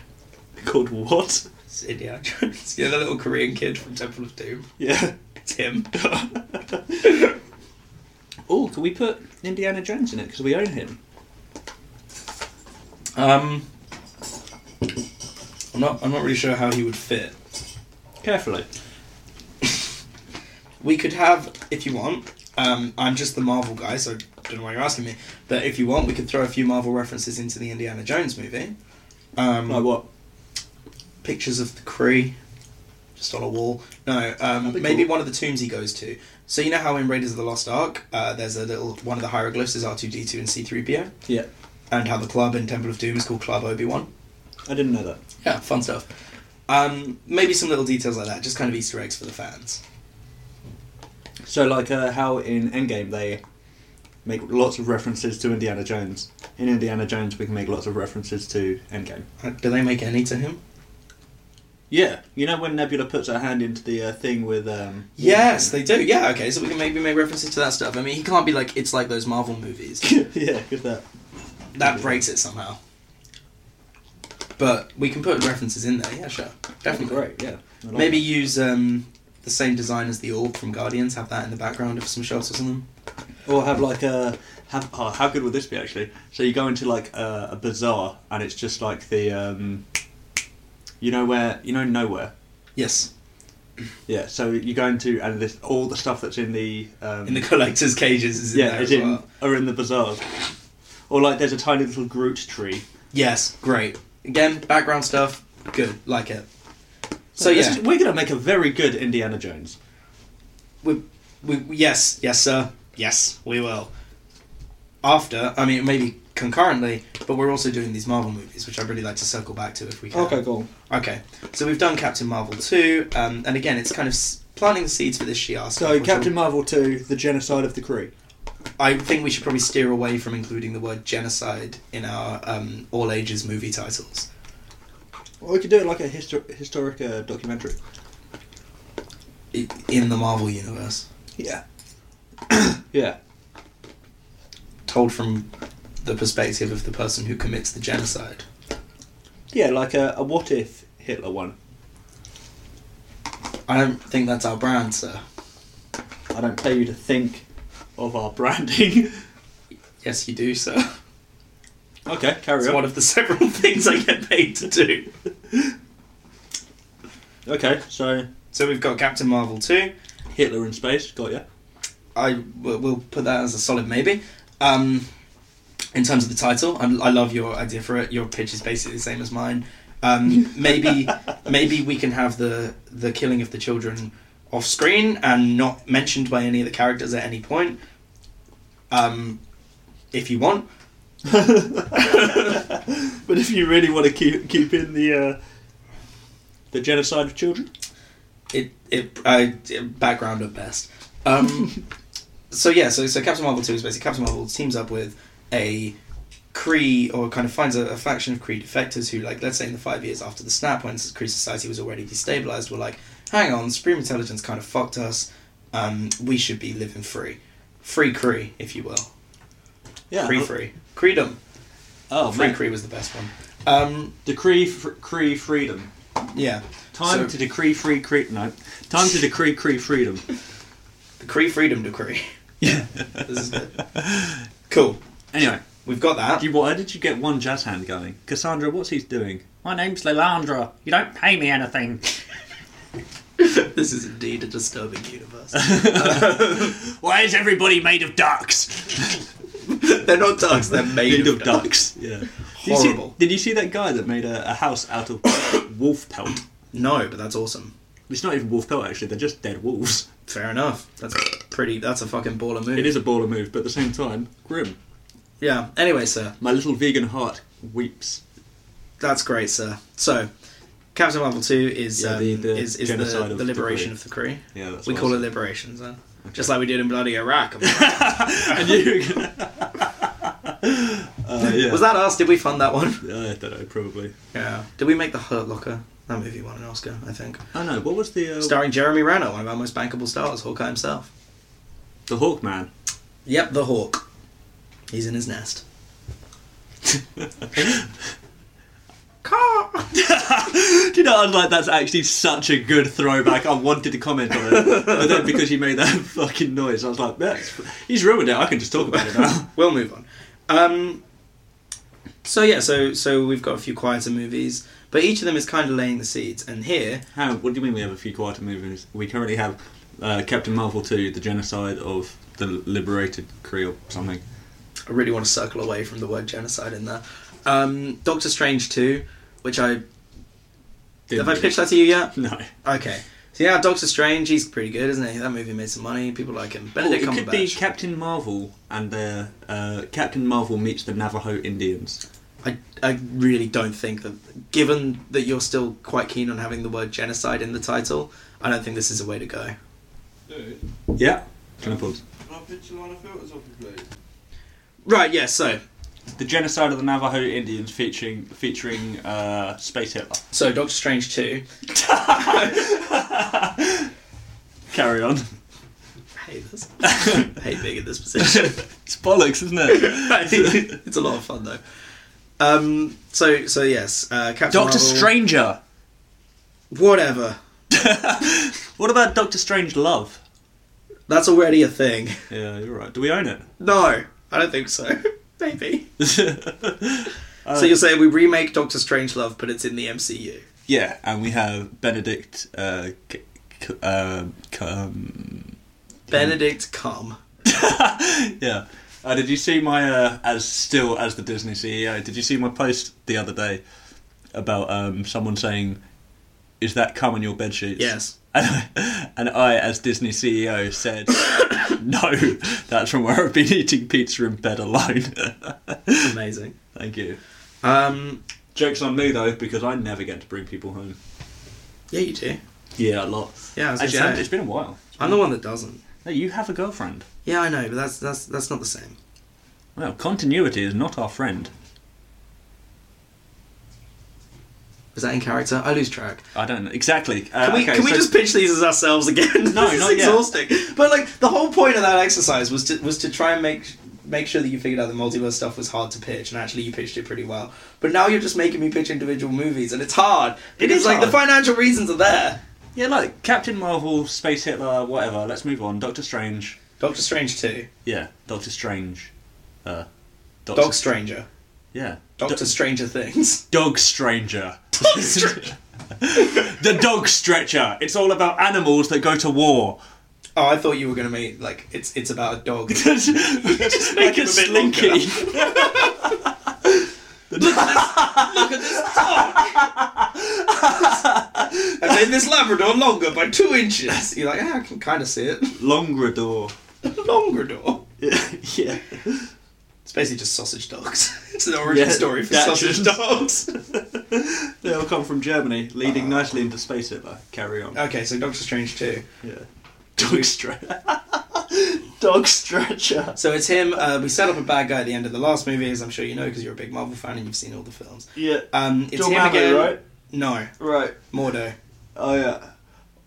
Speaker 2: Called what?
Speaker 1: It's Indiana Jones. You know, the little Korean kid from Temple of Doom.
Speaker 2: Yeah.
Speaker 1: It's him.
Speaker 2: oh, can we put Indiana Jones in it because we own him?
Speaker 1: Um, I'm not. I'm not really sure how he would fit.
Speaker 2: Carefully.
Speaker 1: We could have, if you want. Um, I'm just the Marvel guy, so I don't know why you're asking me. But if you want, we could throw a few Marvel references into the Indiana Jones movie. Um,
Speaker 2: Like what?
Speaker 1: pictures of the Kree just on a wall. No, um,
Speaker 2: be
Speaker 1: maybe
Speaker 2: cool.
Speaker 1: one of the tombs he goes to. So you know how in Raiders of the Lost Ark, uh, there's a little one of the hieroglyphs is R two D two and C three PO,
Speaker 2: Yeah.
Speaker 1: and how the club in Temple of Doom is called Club Obi Wan.
Speaker 2: I didn't know that.
Speaker 1: Yeah, fun stuff. Um, maybe some little details like that, just kind of Easter eggs for the fans.
Speaker 2: So, like uh, how in Endgame they make lots of references to Indiana Jones. In Indiana Jones, we can make lots of references to Endgame.
Speaker 1: Uh, Do they make any to him?
Speaker 2: Yeah, you know when Nebula puts her hand into the uh, thing with. Um,
Speaker 1: Yes, they do. Yeah, okay, so we can maybe make references to that stuff. I mean, he can't be like it's like those Marvel movies.
Speaker 2: yeah, good that.
Speaker 1: That breaks it somehow. But we can put references in there. Yeah, sure, definitely.
Speaker 2: Great, yeah. I like
Speaker 1: Maybe use um, the same design as the orb from Guardians. Have that in the background of some shots or something.
Speaker 2: that. Or have like a. Have, oh, how good would this be actually? So you go into like uh, a, a bazaar and it's just like the. Um, you know where. You know nowhere.
Speaker 1: Yes,
Speaker 2: Yeah, so you go into and this, all the stuff that's in the. Um,
Speaker 1: in the collector's cages is in
Speaker 2: Yeah,
Speaker 1: there as
Speaker 2: as in,
Speaker 1: well.
Speaker 2: or in the bazaars. Or like there's a tiny little Groot tree.
Speaker 1: Yes, great. Again, background stuff. Good, like it. So
Speaker 2: This
Speaker 1: yeah,
Speaker 2: is- we're gonna make a very good Indiana Jones.
Speaker 1: we, we, yes, yes, sir, yes, we will. After, I mean, maybe concurrently, but we're also doing these Marvel movies, which I'd really like to circle back to if we can.
Speaker 3: cool.
Speaker 1: Okay. So we've done Captain Marvel two, um, and again, it's kind of s- planting the seeds for this Shi'ar stuff.
Speaker 3: So
Speaker 1: which
Speaker 3: Captain Marvel two, the genocide of the Kree.
Speaker 1: I think we should probably steer away from including the word genocide in our um, all ages movie titles.
Speaker 3: Or we could do it like a histor- historic uh, documentary.
Speaker 1: i- In the Marvel universe,
Speaker 3: Yeah. yeah.
Speaker 1: told from the perspective of the person who commits the genocide.
Speaker 3: Yeah, like a, a what if Hitler one.
Speaker 1: I don't think that's our brand, sir.
Speaker 3: I don't pay you to think of our branding.
Speaker 1: Yes, you do, sir.
Speaker 3: okay, carry
Speaker 1: It's one of the several things I get paid to do.
Speaker 3: Okay, so
Speaker 1: So we've got Captain Marvel 2.
Speaker 3: Hitler in space, got ya.
Speaker 1: I w- will put that as a solid maybe. Um, in terms of the title, I, I love your idea for it. Your pitch is basically the same as mine. Um, maybe maybe we can have the the killing of the children off screen and not mentioned by any of the characters at any point. Um, if you want,
Speaker 3: but if you really want to keep keep in the uh, the genocide of children,
Speaker 1: it it I background at best. Um, so yeah, so so Captain Marvel two is basically Captain Marvel teams up with a Cree or kind of finds a, a faction of Cree defectors who, like, let's say in the five years after the snap, when Cree society was already destabilized, were like, hang on, Supreme Intelligence kind of fucked us. Um, we should be living free, free Cree, if you will,
Speaker 3: yeah,
Speaker 1: free free Creedom.
Speaker 3: oh,
Speaker 1: Free
Speaker 3: mate.
Speaker 1: Cree was the best one. Um,
Speaker 2: Decree fr- Cree freedom.
Speaker 1: yeah,
Speaker 2: Time
Speaker 1: So-
Speaker 2: to decree free Cree. No. Time to decree Cree freedom.
Speaker 1: the Cree Freedom Decree. Yeah, this is good. Cool.
Speaker 2: Anyway,
Speaker 1: We've got that.
Speaker 2: do you, why did you get one jazz hand going? Cassandra, what's he doing? My name's Lelandra. You don't pay me anything.
Speaker 1: This is indeed a disturbing universe.
Speaker 2: Why is everybody made of ducks?
Speaker 1: they're not ducks, they're made of ducks.
Speaker 2: Yeah.
Speaker 1: Horrible.
Speaker 2: Did you see, did you see that guy that made a, a house out of wolf pelt?
Speaker 1: No, but that's awesome.
Speaker 2: It's not even wolf pelt actually. They're just dead wolves.
Speaker 1: Fair enough. That's pretty, that's a fucking baller move.
Speaker 2: It is a baller move, but at the same time, grim.
Speaker 1: Yeah, anyway, sir.
Speaker 2: My little vegan heart weeps.
Speaker 1: That's great, sir. So, Captain Marvel 2 is
Speaker 2: Yeah,
Speaker 1: um,
Speaker 2: the- the
Speaker 1: is, is
Speaker 2: genocide
Speaker 1: the,
Speaker 2: of
Speaker 1: the liberation
Speaker 2: the
Speaker 1: of the Kree.
Speaker 2: Yeah, that's
Speaker 1: we
Speaker 2: what
Speaker 1: call
Speaker 2: I
Speaker 1: it liberation, sir. Just like we did in bloody Iraq.
Speaker 2: and you. uh, yeah.
Speaker 1: Was that us? Did we fund that one?
Speaker 2: I don't know, probably.
Speaker 1: Yeah. Did we make The Hurt Locker? That movie won an Oscar, I think.
Speaker 2: I know. What was the uh,
Speaker 1: Starring Jeremy Renner, one of our most bankable stars, Hawkeye himself.
Speaker 2: the Hawkman?
Speaker 1: Yep, the hawk. He's in his nest. Caw.
Speaker 2: Do you know? I was like, that's actually such a good throwback. I wanted to comment on it, but then because you made that fucking noise, I was like, that's he's ruined it. I can just talk about it now.
Speaker 1: we'll move on. Um, so yeah, so so we've got a few quieter movies, but each of them is kind of laying the seeds. And here,
Speaker 2: How? What do you mean we have a few quieter movies? We currently have uh, Captain Marvel two, the genocide of the liberated Kree or something.
Speaker 1: I really want to circle away from the word genocide in there. Um, Doctor Strange two, which I
Speaker 2: Didn't
Speaker 1: have I
Speaker 2: we?
Speaker 1: pitched that to you yet?
Speaker 2: No.
Speaker 1: Okay. So yeah, Doctor Strange, he's pretty good, isn't he? That movie made some money. People like him.
Speaker 2: Or
Speaker 1: Benedict
Speaker 2: it could be
Speaker 1: Cumberbatch.
Speaker 2: Captain Marvel and their uh, Captain Marvel meets the Navajo Indians.
Speaker 1: I, I really don't think that, given that you're still quite keen on having the word genocide in the title, I don't think this is a way to go.
Speaker 4: Dude,
Speaker 2: Yeah. Can I pause?
Speaker 4: can I pitch a line of filters off you, please?
Speaker 1: Right, yeah, so.
Speaker 2: The genocide of the Navajo Indians featuring featuring uh, Space Hitler.
Speaker 1: So, Doctor Strange 2.
Speaker 2: Carry on.
Speaker 1: I hate this. I hate being in this position.
Speaker 2: It's bollocks, isn't it?
Speaker 1: it's a lot of fun, though. Um, so, so yes, uh, Captain Marvel-
Speaker 2: Doctor Stranger.
Speaker 1: Whatever.
Speaker 2: What about Doctor Strange Love?
Speaker 1: That's already a thing.
Speaker 2: Yeah, you're right. Do we own it?
Speaker 1: No, I don't think so. Maybe. so you're saying we remake Doctor Strange Love, but it's in the MCU.
Speaker 2: yeah, and we have Benedict. Uh, c- c- uh, c- um,
Speaker 1: Benedict Cum.
Speaker 2: yeah. Uh, did you see my uh, as still as the E Disney CEO? Did you see my post the other day about um, someone saying is that cum on your bed sheets?
Speaker 1: Yes.
Speaker 2: And I, and I, as Disney CEO, said, no, that's from where I've been eating pizza in bed alone.
Speaker 1: Amazing.
Speaker 2: Thank you.
Speaker 1: Um,
Speaker 2: Joke's on me, though, because I never get to bring people home.
Speaker 1: yeah, you do.
Speaker 2: Yeah, a lot.
Speaker 1: Yeah, I was
Speaker 2: Actually,
Speaker 1: gonna
Speaker 2: I haven't-
Speaker 1: say,
Speaker 2: it's been a while.
Speaker 1: I'm the one that doesn't.
Speaker 2: No, you have a girlfriend.
Speaker 1: Yeah, I know, but that's that's that's not the same.
Speaker 2: Well, continuity is not our friend.
Speaker 1: Is that in character? I lose track.
Speaker 2: I don't know. Exactly. Uh,
Speaker 1: Can we,
Speaker 2: okay,
Speaker 1: can we
Speaker 2: so-
Speaker 1: just pitch these as ourselves again?
Speaker 2: No,
Speaker 1: this
Speaker 2: not
Speaker 1: is
Speaker 2: yet.
Speaker 1: exhausting. But like the whole point of that exercise was to was to try and make make sure that you figured out the multiverse stuff was hard to pitch, and actually you pitched it pretty well. But now you're just making me pitch individual movies, and it's hard.
Speaker 2: It
Speaker 1: because,
Speaker 2: is
Speaker 1: like the
Speaker 2: hard.
Speaker 1: financial reasons are there.
Speaker 2: Yeah, like Captain Marvel, Space Hitler, whatever. Let's move on. Doctor Strange.
Speaker 1: Doctor Strange too.
Speaker 2: Yeah, Doctor Strange. Uh, Doctor.
Speaker 1: Dog Stranger.
Speaker 2: yeah.
Speaker 1: Doctor
Speaker 2: Do-
Speaker 1: Stranger Things.
Speaker 2: dog Stranger.
Speaker 1: Dog Stranger.
Speaker 2: the dog stretcher. It's all about animals that go to war.
Speaker 1: Oh, I thought you were gonna make like it's it's about a dog.
Speaker 2: just make
Speaker 1: make him a
Speaker 2: it
Speaker 1: bit
Speaker 2: slinky.
Speaker 1: I made this Labrador longer by two inches. You're like, ah, I can kind of see it.
Speaker 2: Longrador.
Speaker 1: Longrador.
Speaker 2: yeah.
Speaker 1: It's basically just sausage dogs. It's an origin
Speaker 2: Yeah,
Speaker 1: story for
Speaker 2: that
Speaker 1: sausage
Speaker 2: just-
Speaker 1: dogs.
Speaker 2: They all come from Germany, leading
Speaker 1: Ah.
Speaker 2: nicely into Space Hitler. Carry on.
Speaker 1: okay, so Doctor Strange too.
Speaker 2: Yeah. Dog stretcher. dog stretcher.
Speaker 1: So it's him. Uh, we set up a bad guy at the end of the last movie, as I'm sure you know, because you're a big Marvel fan and you've seen all the films.
Speaker 2: Yeah.
Speaker 1: Um, it's him
Speaker 2: Dormammu,
Speaker 1: again.
Speaker 2: right?
Speaker 1: No,
Speaker 2: Right.
Speaker 1: Mordo.
Speaker 2: Oh yeah.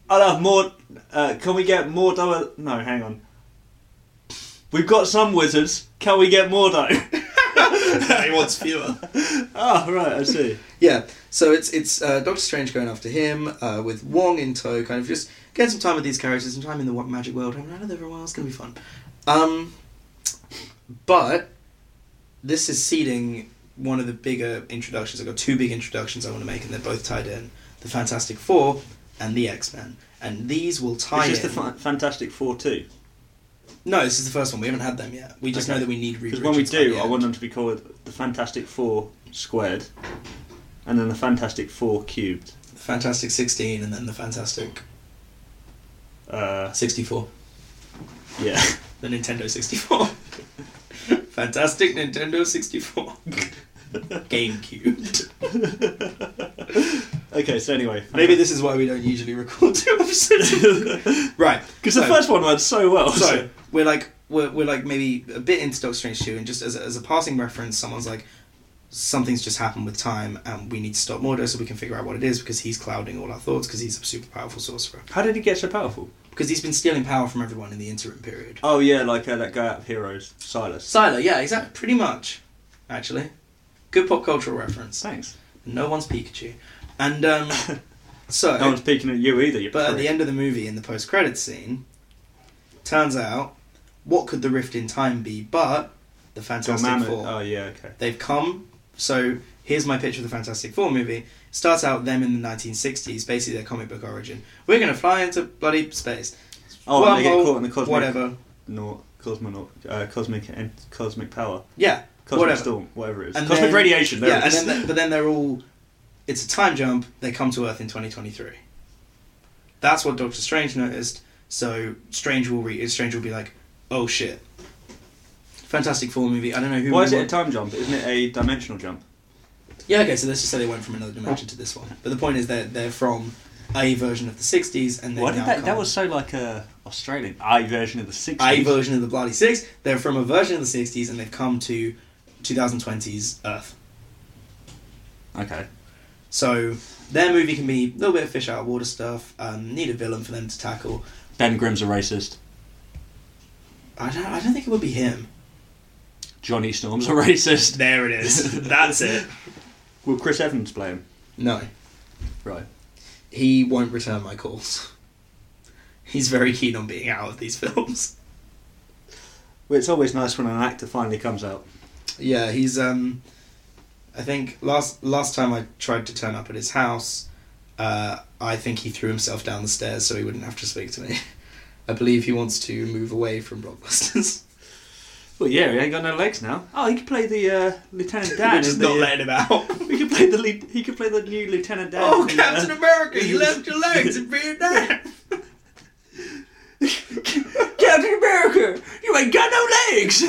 Speaker 2: I love more. Uh, can we get Mordo? No, hang on. We've got some wizards. Can we get Mordo?
Speaker 1: he wants fewer.
Speaker 2: oh, right. I see.
Speaker 1: Yeah, so it's it's uh, Doctor Strange going after him uh, with Wong in tow, kind of just getting some time with these characters, some time in the wa- magic world. Hanging around with them for a while. It's gonna be fun. Um, but this is seeding one of the bigger introductions. I've got two big introductions I want to make, and they're both tied in: the Fantastic Four and the X Men. And these will tie
Speaker 2: It's just the
Speaker 1: in.
Speaker 2: fa- Fantastic Four too.
Speaker 1: no, this is the first one. We haven't had them yet. We just
Speaker 2: Okay.
Speaker 1: know that we need. Reed
Speaker 2: Because when we
Speaker 1: Richards by
Speaker 2: do,
Speaker 1: the
Speaker 2: I
Speaker 1: end.
Speaker 2: want them to be called the Fantastic Four squared, and then the Fantastic Four cubed.
Speaker 1: the Fantastic Sixteen, and then the Fantastic
Speaker 2: Uh,
Speaker 1: Sixty Four.
Speaker 2: yeah.
Speaker 1: the Nintendo 64. Fantastic Nintendo 64. GameCube.
Speaker 2: okay. So anyway,
Speaker 1: Maybe this is why we don't usually record two episodes. right.
Speaker 2: because the
Speaker 1: so-
Speaker 2: first one went so well.
Speaker 1: so we're like we're, we're like maybe a bit into Doctor Strange 2 and just as a, as a passing reference someone's like something's just happened with time and we need to stop Mordo so we can figure out what it is because he's clouding all our thoughts because he's a super powerful sorcerer
Speaker 2: How did he get so powerful?
Speaker 1: because he's been stealing power from everyone in the interim period
Speaker 2: Oh yeah, like uh, that guy out of Heroes, Silas.
Speaker 1: Silo yeah exactly pretty much actually good pop cultural reference
Speaker 2: Thanks.
Speaker 1: No one's Pikachu. And um, so,
Speaker 2: No one's peeking at you either. You
Speaker 1: but at
Speaker 2: prick.
Speaker 1: the end of the movie, in the post credits scene, turns out what could the rift in time be but the Fantastic
Speaker 2: Dormammu-
Speaker 1: Four?
Speaker 2: Oh yeah, okay.
Speaker 1: They've come. So here's my picture of the Fantastic Four movie. Starts out them in the 1960s, basically their comic book origin. We're gonna fly into bloody space.
Speaker 2: Oh, and they get
Speaker 1: Wormhole,
Speaker 2: caught in the cosmic
Speaker 1: Whatever.
Speaker 2: Naut, cosmonaut, uh, cosmic and cosmic power,
Speaker 1: Yeah.
Speaker 2: cosmic
Speaker 1: whatever.
Speaker 2: storm, whatever it is,
Speaker 1: And
Speaker 2: cosmic
Speaker 1: then-
Speaker 2: radiation. There
Speaker 1: yeah,
Speaker 2: it
Speaker 1: and
Speaker 2: is.
Speaker 1: then they- but then they're all. It's a time jump. They come to Earth in 2023. That's what Doctor Strange noticed. So Strange will re- Strange will be like, "Oh shit!" Fantastic Four movie. I don't know who.
Speaker 2: Why is
Speaker 1: we
Speaker 2: it a
Speaker 1: want-
Speaker 2: time jump? Isn't it a dimensional jump?
Speaker 1: yeah. Okay. So let's just say they went from another dimension to this one. But the point is that they're from a version of the 60s, and they
Speaker 2: Why
Speaker 1: now
Speaker 2: did that?
Speaker 1: come-
Speaker 2: That was so like a Australian I version of the
Speaker 1: a
Speaker 2: sixties.
Speaker 1: version of the bloody six. They're from a version of the 60s, and they've come to 2020's Earth.
Speaker 2: Okay.
Speaker 1: So their movie can be a little bit of fish out of water stuff. Um, need a villain for them to tackle.
Speaker 2: Ben Grimm's a racist.
Speaker 1: I don't. I don't think it would be him.
Speaker 2: Johnny Storm's a racist.
Speaker 1: There it is. That's it.
Speaker 2: Will Chris Evans play him?
Speaker 1: No,
Speaker 2: Right.
Speaker 1: he won't return my calls. He's very keen on being out of these films.
Speaker 2: Well, it's always nice when an actor finally comes out.
Speaker 1: Yeah, he's. Um, I think last last time I tried to turn up at his house, uh, I think he threw himself down the stairs so he wouldn't have to speak to me. I believe he wants to move away from blockbusters.
Speaker 2: Well, yeah, he ain't got no legs now. Oh, he could play the uh, Lieutenant Dan.
Speaker 1: We're
Speaker 2: in
Speaker 1: just
Speaker 2: the,
Speaker 1: not
Speaker 2: uh,
Speaker 1: letting him out.
Speaker 2: He could play the lead, he could play the new Lieutenant Dan.
Speaker 1: oh,
Speaker 2: in the, uh,
Speaker 1: Captain America, you left your legs in Vietnam.
Speaker 2: Captain America, you ain't got no legs.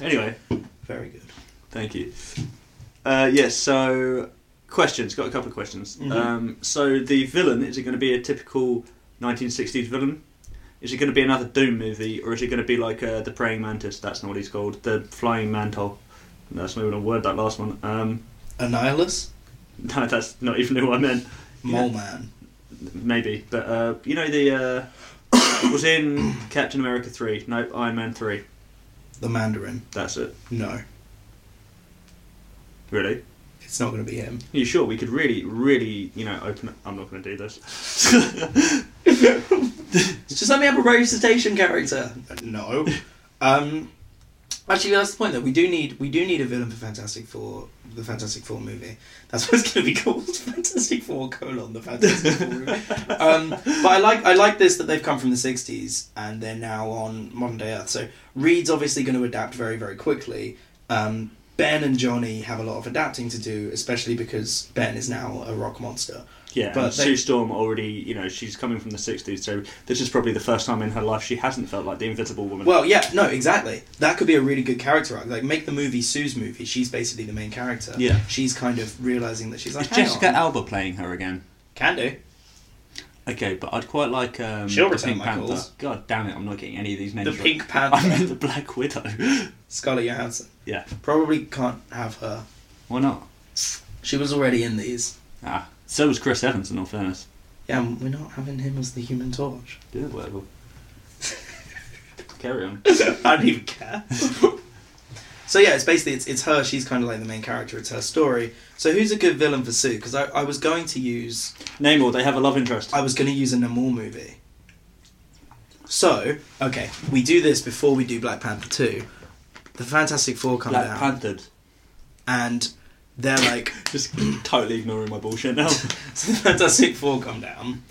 Speaker 2: anyway,
Speaker 1: Very good.
Speaker 2: thank you. Uh, yes, so questions. Got a couple of questions.
Speaker 1: Mhm.
Speaker 2: Um, so the villain is it going to be a typical 1960s villain? Is it going to be another Doom movie, or is it going to be like uh, the Praying Mantis? That's not what he's called. The Flying Mantle. That's not even a word. That last one. Um,
Speaker 1: Annihilus,
Speaker 2: no, that's not even who I meant.
Speaker 1: Mole Man.
Speaker 2: Maybe, but uh, you know the uh, it was in Captain America three. No, Iron Man three.
Speaker 1: the Mandarin.
Speaker 2: That's it.
Speaker 1: No,
Speaker 2: Really?
Speaker 1: it's not going to be him.
Speaker 2: You sure? We could really, really, you know, open. It. I'm not going to do this.
Speaker 1: Just let me have a race station character. No. Um, actually, that's the point. That we do need we do need a villain for Fantastic Four, the Fantastic Four movie. That's what it's going to be called, Fantastic Four colon the Fantastic Four. movie. Um, but I like I like this that they've come from the '60s and they're now on modern day Earth. So Reed's obviously going to adapt very very quickly. Um, ben and Johnny have a lot of adapting to do, especially because Ben is now a rock monster.
Speaker 2: yeah,
Speaker 1: But
Speaker 2: but
Speaker 1: they-
Speaker 2: Sue Storm already. You know, she's coming from the '60s, so this is probably the first time in her life she hasn't felt like the Invisible Woman.
Speaker 1: Well, yeah, no, exactly. That could be a really good character arc. Like, make the movie Sue's movie. She's basically the main character.
Speaker 2: Yeah.
Speaker 1: She's kind of realizing that she's like,
Speaker 5: Is
Speaker 1: Hang
Speaker 5: Jessica
Speaker 1: on.
Speaker 5: Alba playing her again?
Speaker 1: can do.
Speaker 5: Okay, but I'd quite like um,
Speaker 1: She'll
Speaker 5: the
Speaker 1: return
Speaker 5: Pink
Speaker 1: my
Speaker 5: Panther.
Speaker 1: calls.
Speaker 5: God damn it, I'm not getting any of these names.
Speaker 1: The
Speaker 5: right.
Speaker 1: Pink
Speaker 5: I meant
Speaker 1: Panther,
Speaker 5: the Black Widow.
Speaker 1: Scarlett Johansson.
Speaker 5: yeah,
Speaker 1: Probably can't have her.
Speaker 5: why not?
Speaker 1: She was already in these.
Speaker 5: Ah, so was Chris Evans. In all fairness,
Speaker 1: Yeah, and we're not having him as the Human Torch.
Speaker 5: yeah, whatever. Carry on.
Speaker 1: I don't even care. so yeah, it's basically it's, it's her. She's kind of like the main character. It's her story. So who's a good villain for Sue? Because I, I was going to use
Speaker 2: Namor, they have a love interest.
Speaker 1: I was going to use a Namor movie. So, okay, we do this before we do Black Panther 2. The Fantastic Four come
Speaker 2: Black
Speaker 1: down,
Speaker 2: Panthered.
Speaker 1: and they're like,
Speaker 2: Just totally ignoring my bullshit now.
Speaker 1: so the Fantastic Four come down,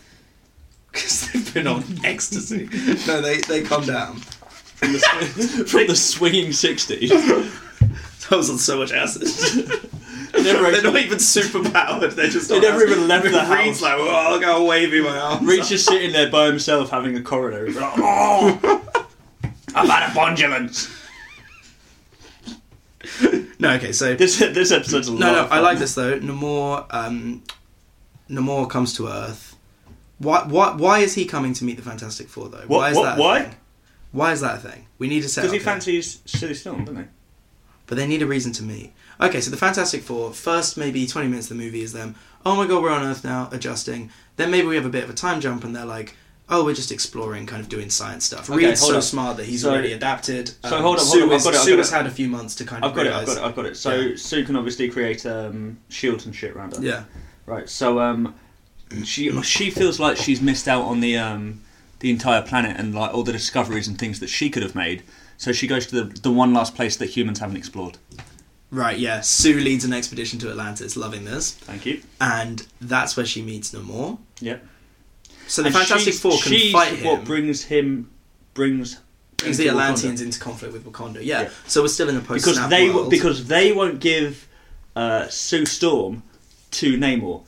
Speaker 1: because they've been on ecstasy. No, they, they come down.
Speaker 2: from, the, sw- from the swinging '60s.
Speaker 1: That was on so much acid.
Speaker 2: Never
Speaker 1: they're not even super powered, they're just
Speaker 2: They
Speaker 1: on
Speaker 2: never
Speaker 1: acid.
Speaker 2: even left the
Speaker 1: Reed's
Speaker 2: house.
Speaker 1: like, oh, look how wavy my arms
Speaker 2: Reed's just sitting there by himself having a corridor. He's like, "Oh, I've had a bondulance.
Speaker 1: are." No, okay, so
Speaker 2: This this episode's a lot.
Speaker 1: No, no,
Speaker 2: of
Speaker 1: I
Speaker 2: fun.
Speaker 1: like this though. Namor, um, Namor comes to Earth. Why, why, why is he coming to meet the Fantastic Four though?
Speaker 2: What-
Speaker 1: why is
Speaker 2: what-
Speaker 1: that? a
Speaker 2: why?
Speaker 1: thing? Why is that a thing? We need to set.
Speaker 2: because he
Speaker 1: up here.
Speaker 2: fancies Sue Storm, doesn't he?
Speaker 1: but they need a reason to meet. Okay, so the Fantastic Four first maybe twenty minutes of the movie is them. Oh my god, we're on Earth now, adjusting. Then maybe we have a bit of a time jump, and they're like. Oh, we're just exploring, kind of doing science stuff.
Speaker 2: Okay,
Speaker 1: Reed's
Speaker 2: hold
Speaker 1: so
Speaker 2: up.
Speaker 1: smart that he's
Speaker 2: So-
Speaker 1: already adapted. Um,
Speaker 2: so hold on, hold
Speaker 1: Sue
Speaker 2: on, I've
Speaker 1: is-
Speaker 2: got it, I've
Speaker 1: Sue
Speaker 2: got
Speaker 1: has
Speaker 2: it.
Speaker 1: had a few months to kind of.
Speaker 2: I've got it, I've
Speaker 1: realise-
Speaker 2: got it, I've got it. So
Speaker 1: Yeah.
Speaker 2: Sue can obviously create um, shields and shit around her.
Speaker 1: Yeah,
Speaker 2: Right. So um,
Speaker 5: She she feels like she's missed out on the um, the entire planet and like all the discoveries and things that she could have made. So she goes to the the one last place that humans haven't explored.
Speaker 1: right. Yeah, Sue leads an expedition to Atlantis, loving this.
Speaker 2: thank you.
Speaker 1: and that's where she meets Namor.
Speaker 2: Yeah.
Speaker 1: So the
Speaker 2: And
Speaker 1: Fantastic
Speaker 2: she's-
Speaker 1: Four can
Speaker 2: she's
Speaker 1: fight him.
Speaker 2: What brings him brings
Speaker 1: brings the Atlanteans into conflict with Wakanda. Yeah.
Speaker 2: Yeah.
Speaker 1: So we're still in the post
Speaker 2: because they w- because they won't give uh, Sue Storm to Namor,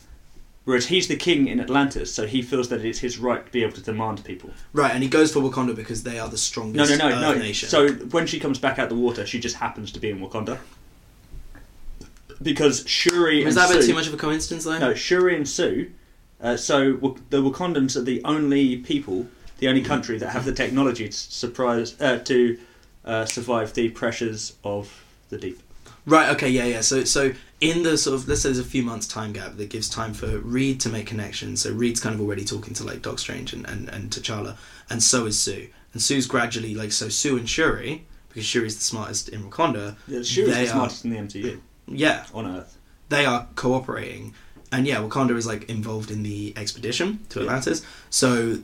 Speaker 2: whereas he's the king in Atlantis, so he feels that it's his right to be able to demand people.
Speaker 1: right, and he goes for Wakanda because they are the
Speaker 2: No,
Speaker 1: strongest
Speaker 2: no, no,
Speaker 1: Earth
Speaker 2: no.
Speaker 1: nation.
Speaker 2: So when she comes back out the water, she just happens to be in Wakanda because Shuri
Speaker 1: is
Speaker 2: and
Speaker 1: that a bit
Speaker 2: Sue.
Speaker 1: too much of a coincidence though?
Speaker 2: No, Shuri and Sue. Uh, so Wak- the Wakandans are the only people,
Speaker 1: Mm-hmm.
Speaker 2: the only country that have the technology to surprise uh, to uh, survive the pressures of the deep.
Speaker 1: Right. Okay. Yeah. Yeah. So so in the sort of let's say there's a few months time gap that gives time for Reed to make connections. So Reed's kind of already talking to like Doc Strange and and, and T'Challa, and so is Sue. And Sue's gradually like so Sue and Shuri because Shuri's the smartest in Wakanda.
Speaker 2: Yeah, Shuri's
Speaker 1: They
Speaker 2: the
Speaker 1: are-
Speaker 2: smartest in the MCU
Speaker 1: Yeah.
Speaker 2: on Earth.
Speaker 1: they are cooperating, and yeah, Wakanda is like involved in the expedition to
Speaker 2: Yeah.
Speaker 1: Atlantis, so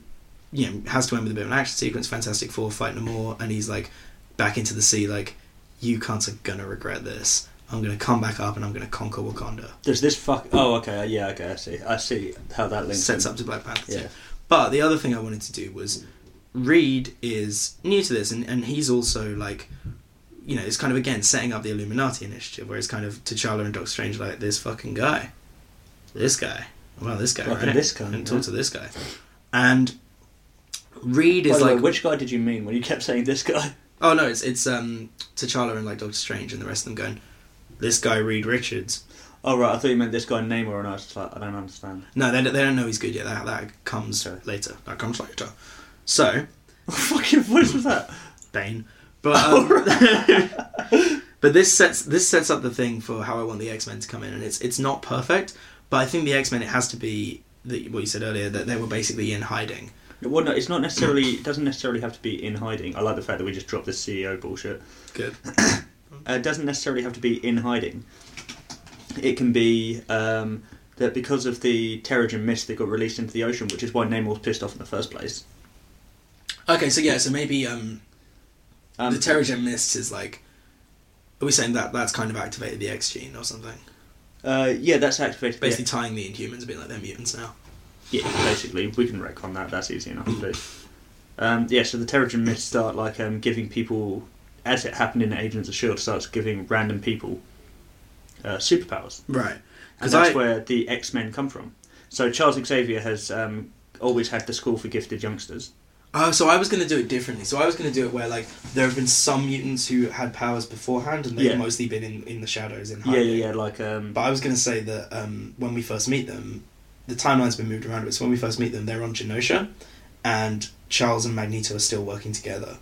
Speaker 1: you know has to end with a bit of an action sequence. Fantastic Four fight Namor, and he's like back into the sea, like you cunts are gonna regret this. I'm gonna come back up and I'm gonna conquer Wakanda.
Speaker 2: uh, Does this fuck? Oh, okay, yeah, okay, I see, I see how that links.
Speaker 1: Sets
Speaker 2: in.
Speaker 1: up to Black Panther.
Speaker 2: Yeah.
Speaker 1: But the other thing I wanted to do was Reed is new to this, and, and he's also like, you know, it's kind of again setting up the Illuminati initiative, where it's kind of T'Challa and Doctor Strange like this fucking guy, this guy, well, this guy,
Speaker 3: Fucking
Speaker 1: right?
Speaker 3: this guy,
Speaker 1: and
Speaker 3: yeah.
Speaker 1: talk to this guy, and Reed
Speaker 3: By
Speaker 1: is
Speaker 3: the
Speaker 1: like,
Speaker 3: way, which guy did you mean when you kept saying this guy?
Speaker 1: oh no, it's it's um T'Challa and like Doctor Strange and the rest of them going, this guy Reed Richards.
Speaker 3: Oh right, I thought you meant this guy Namor, and I was just like, I don't understand.
Speaker 1: No, they don't, they don't know he's good yet. That that comes
Speaker 3: Okay.
Speaker 1: later. That comes later. So
Speaker 3: What fucking voice was that?
Speaker 1: Bane. But
Speaker 3: Oh,
Speaker 1: um, but this sets this sets up the thing for how I want the X Men to come in, and it's it's not perfect, but I think the X Men it has to be the, what you said earlier that they were basically in hiding.
Speaker 3: Well, no, it's not necessarily. It doesn't necessarily have to be in hiding. I like the fact that we just dropped the CEO bullshit.
Speaker 1: Good.
Speaker 3: Uh, it doesn't necessarily have to be in hiding. It can be um, that because of the Terrigen mist that got released into the ocean, which is why Namor was pissed off in the first place.
Speaker 1: Okay, so yeah, so maybe um,
Speaker 3: Um,
Speaker 1: the Terrigen Mist is like, are we saying that that's kind of activated the X gene or something?
Speaker 3: uh, yeah, that's activated.
Speaker 1: Basically, tying the Inhumans, being like they're mutants now.
Speaker 3: Yeah, basically, we can wreck on that. That's easy enough to do. Um, yeah, so the Terrigen myths start like um, giving people, as it happened in Agents of Shield, E starts giving random people uh, superpowers,
Speaker 1: Right.
Speaker 3: and
Speaker 1: 'Cause
Speaker 3: that's
Speaker 1: I-
Speaker 3: where the X Men come from. So Charles Xavier has um, always had the school for gifted youngsters.
Speaker 1: Oh, so I was going to do it differently. So I was going to do it where, like, there have been some mutants who had powers beforehand and they've
Speaker 3: Yeah.
Speaker 1: mostly been in, in the shadows in
Speaker 3: Yeah,
Speaker 1: hiding.
Speaker 3: yeah, yeah. Like, um,
Speaker 1: But I was going to say that um, when we first meet them, the timeline's been moved around a bit. So when we first meet them, they're on Genosha and Charles and Magneto are still working together.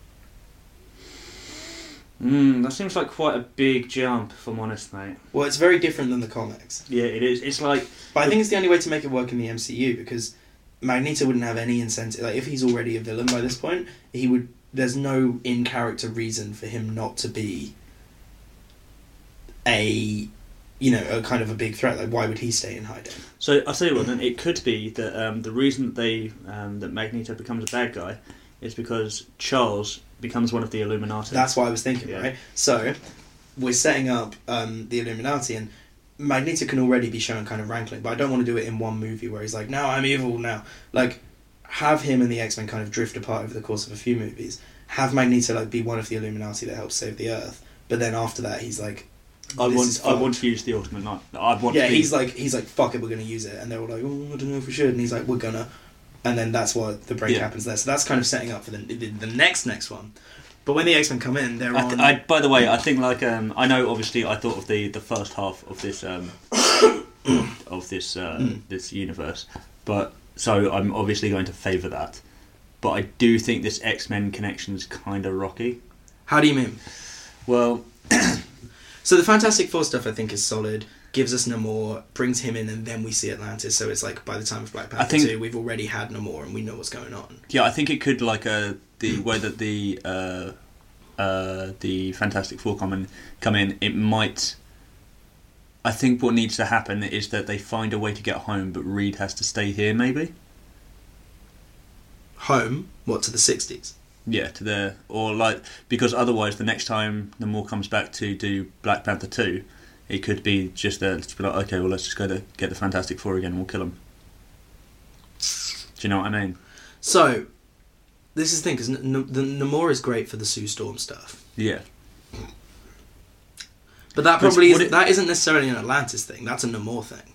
Speaker 3: mm, that seems like quite a big jump, if I'm honest, mate.
Speaker 1: Well, it's very different than the comics.
Speaker 3: Yeah, it is. It's like
Speaker 1: But I think it's the only way to make it work in the MCU because Magneto wouldn't have any incentive. Like, if he's already a villain by this point, he would. There's no in character reason for him not to be a, you know, a kind of a big threat. Like, why would he stay in hiding?
Speaker 3: So I'll tell you what. Then it could be that um, the reason that they um, that Magneto becomes a bad guy is because Charles becomes one of the Illuminati.
Speaker 1: That's what I was thinking,
Speaker 3: Yeah.
Speaker 1: right? So, we're setting up um, the Illuminati, and Magneto can already be shown kind of rankling, but I don't want to do it in one movie where he's like, no, I'm evil now. Like, have him and the X Men kind of drift apart over the course of a few movies. Have Magneto, like, be one of the Illuminati that helps save the Earth, but then after that, he's like,
Speaker 3: I
Speaker 1: this
Speaker 3: want.
Speaker 1: is
Speaker 3: I
Speaker 1: fucked.
Speaker 3: want to use the Ultimate Knight. I want.
Speaker 1: yeah,
Speaker 3: to be,
Speaker 1: he's like, he's like, fuck it, we're gonna use it, and they're all like, oh, I don't know if we should, and he's like, we're gonna, and then that's what the break
Speaker 3: Yeah.
Speaker 1: happens there. So that's kind of setting up for the the, the next next one. But when the X Men come in, they're
Speaker 3: I
Speaker 1: on.
Speaker 3: th- I, by the way, I think like um, I know. Obviously, I thought of the the first half of this um, of this uh,
Speaker 2: Hmm.
Speaker 3: this universe, but so I'm obviously going to favour that. But I do think this X Men connection is kind of rocky.
Speaker 1: How do you mean?
Speaker 3: Well,
Speaker 1: So the Fantastic Four stuff I think is solid. Gives us Namor, brings him in, and then we see Atlantis. So it's like by the time of Black Panther
Speaker 3: think-
Speaker 1: two, we've already had Namor, and we know what's going on.
Speaker 2: Yeah, I think it could like uh, the way that the uh, uh, the Fantastic Four come in, come in. It might. I think what needs to happen is that they find a way to get home, but Reed has to stay here. Maybe.
Speaker 1: Home, what to the sixties?
Speaker 2: Yeah, to the or like because otherwise the next time Namor comes back to do Black Panther two, it could be just uh, to be like okay, well let's just go to get the Fantastic Four again and we'll kill them. Do you know what I mean?
Speaker 1: So this is the thing because N- N- the Namor is great for the Sue Storm stuff,
Speaker 2: Yeah,
Speaker 1: but that
Speaker 2: But
Speaker 1: probably
Speaker 2: would
Speaker 1: isn't,
Speaker 2: it-
Speaker 1: that isn't necessarily an Atlantis thing. That's a Namor thing.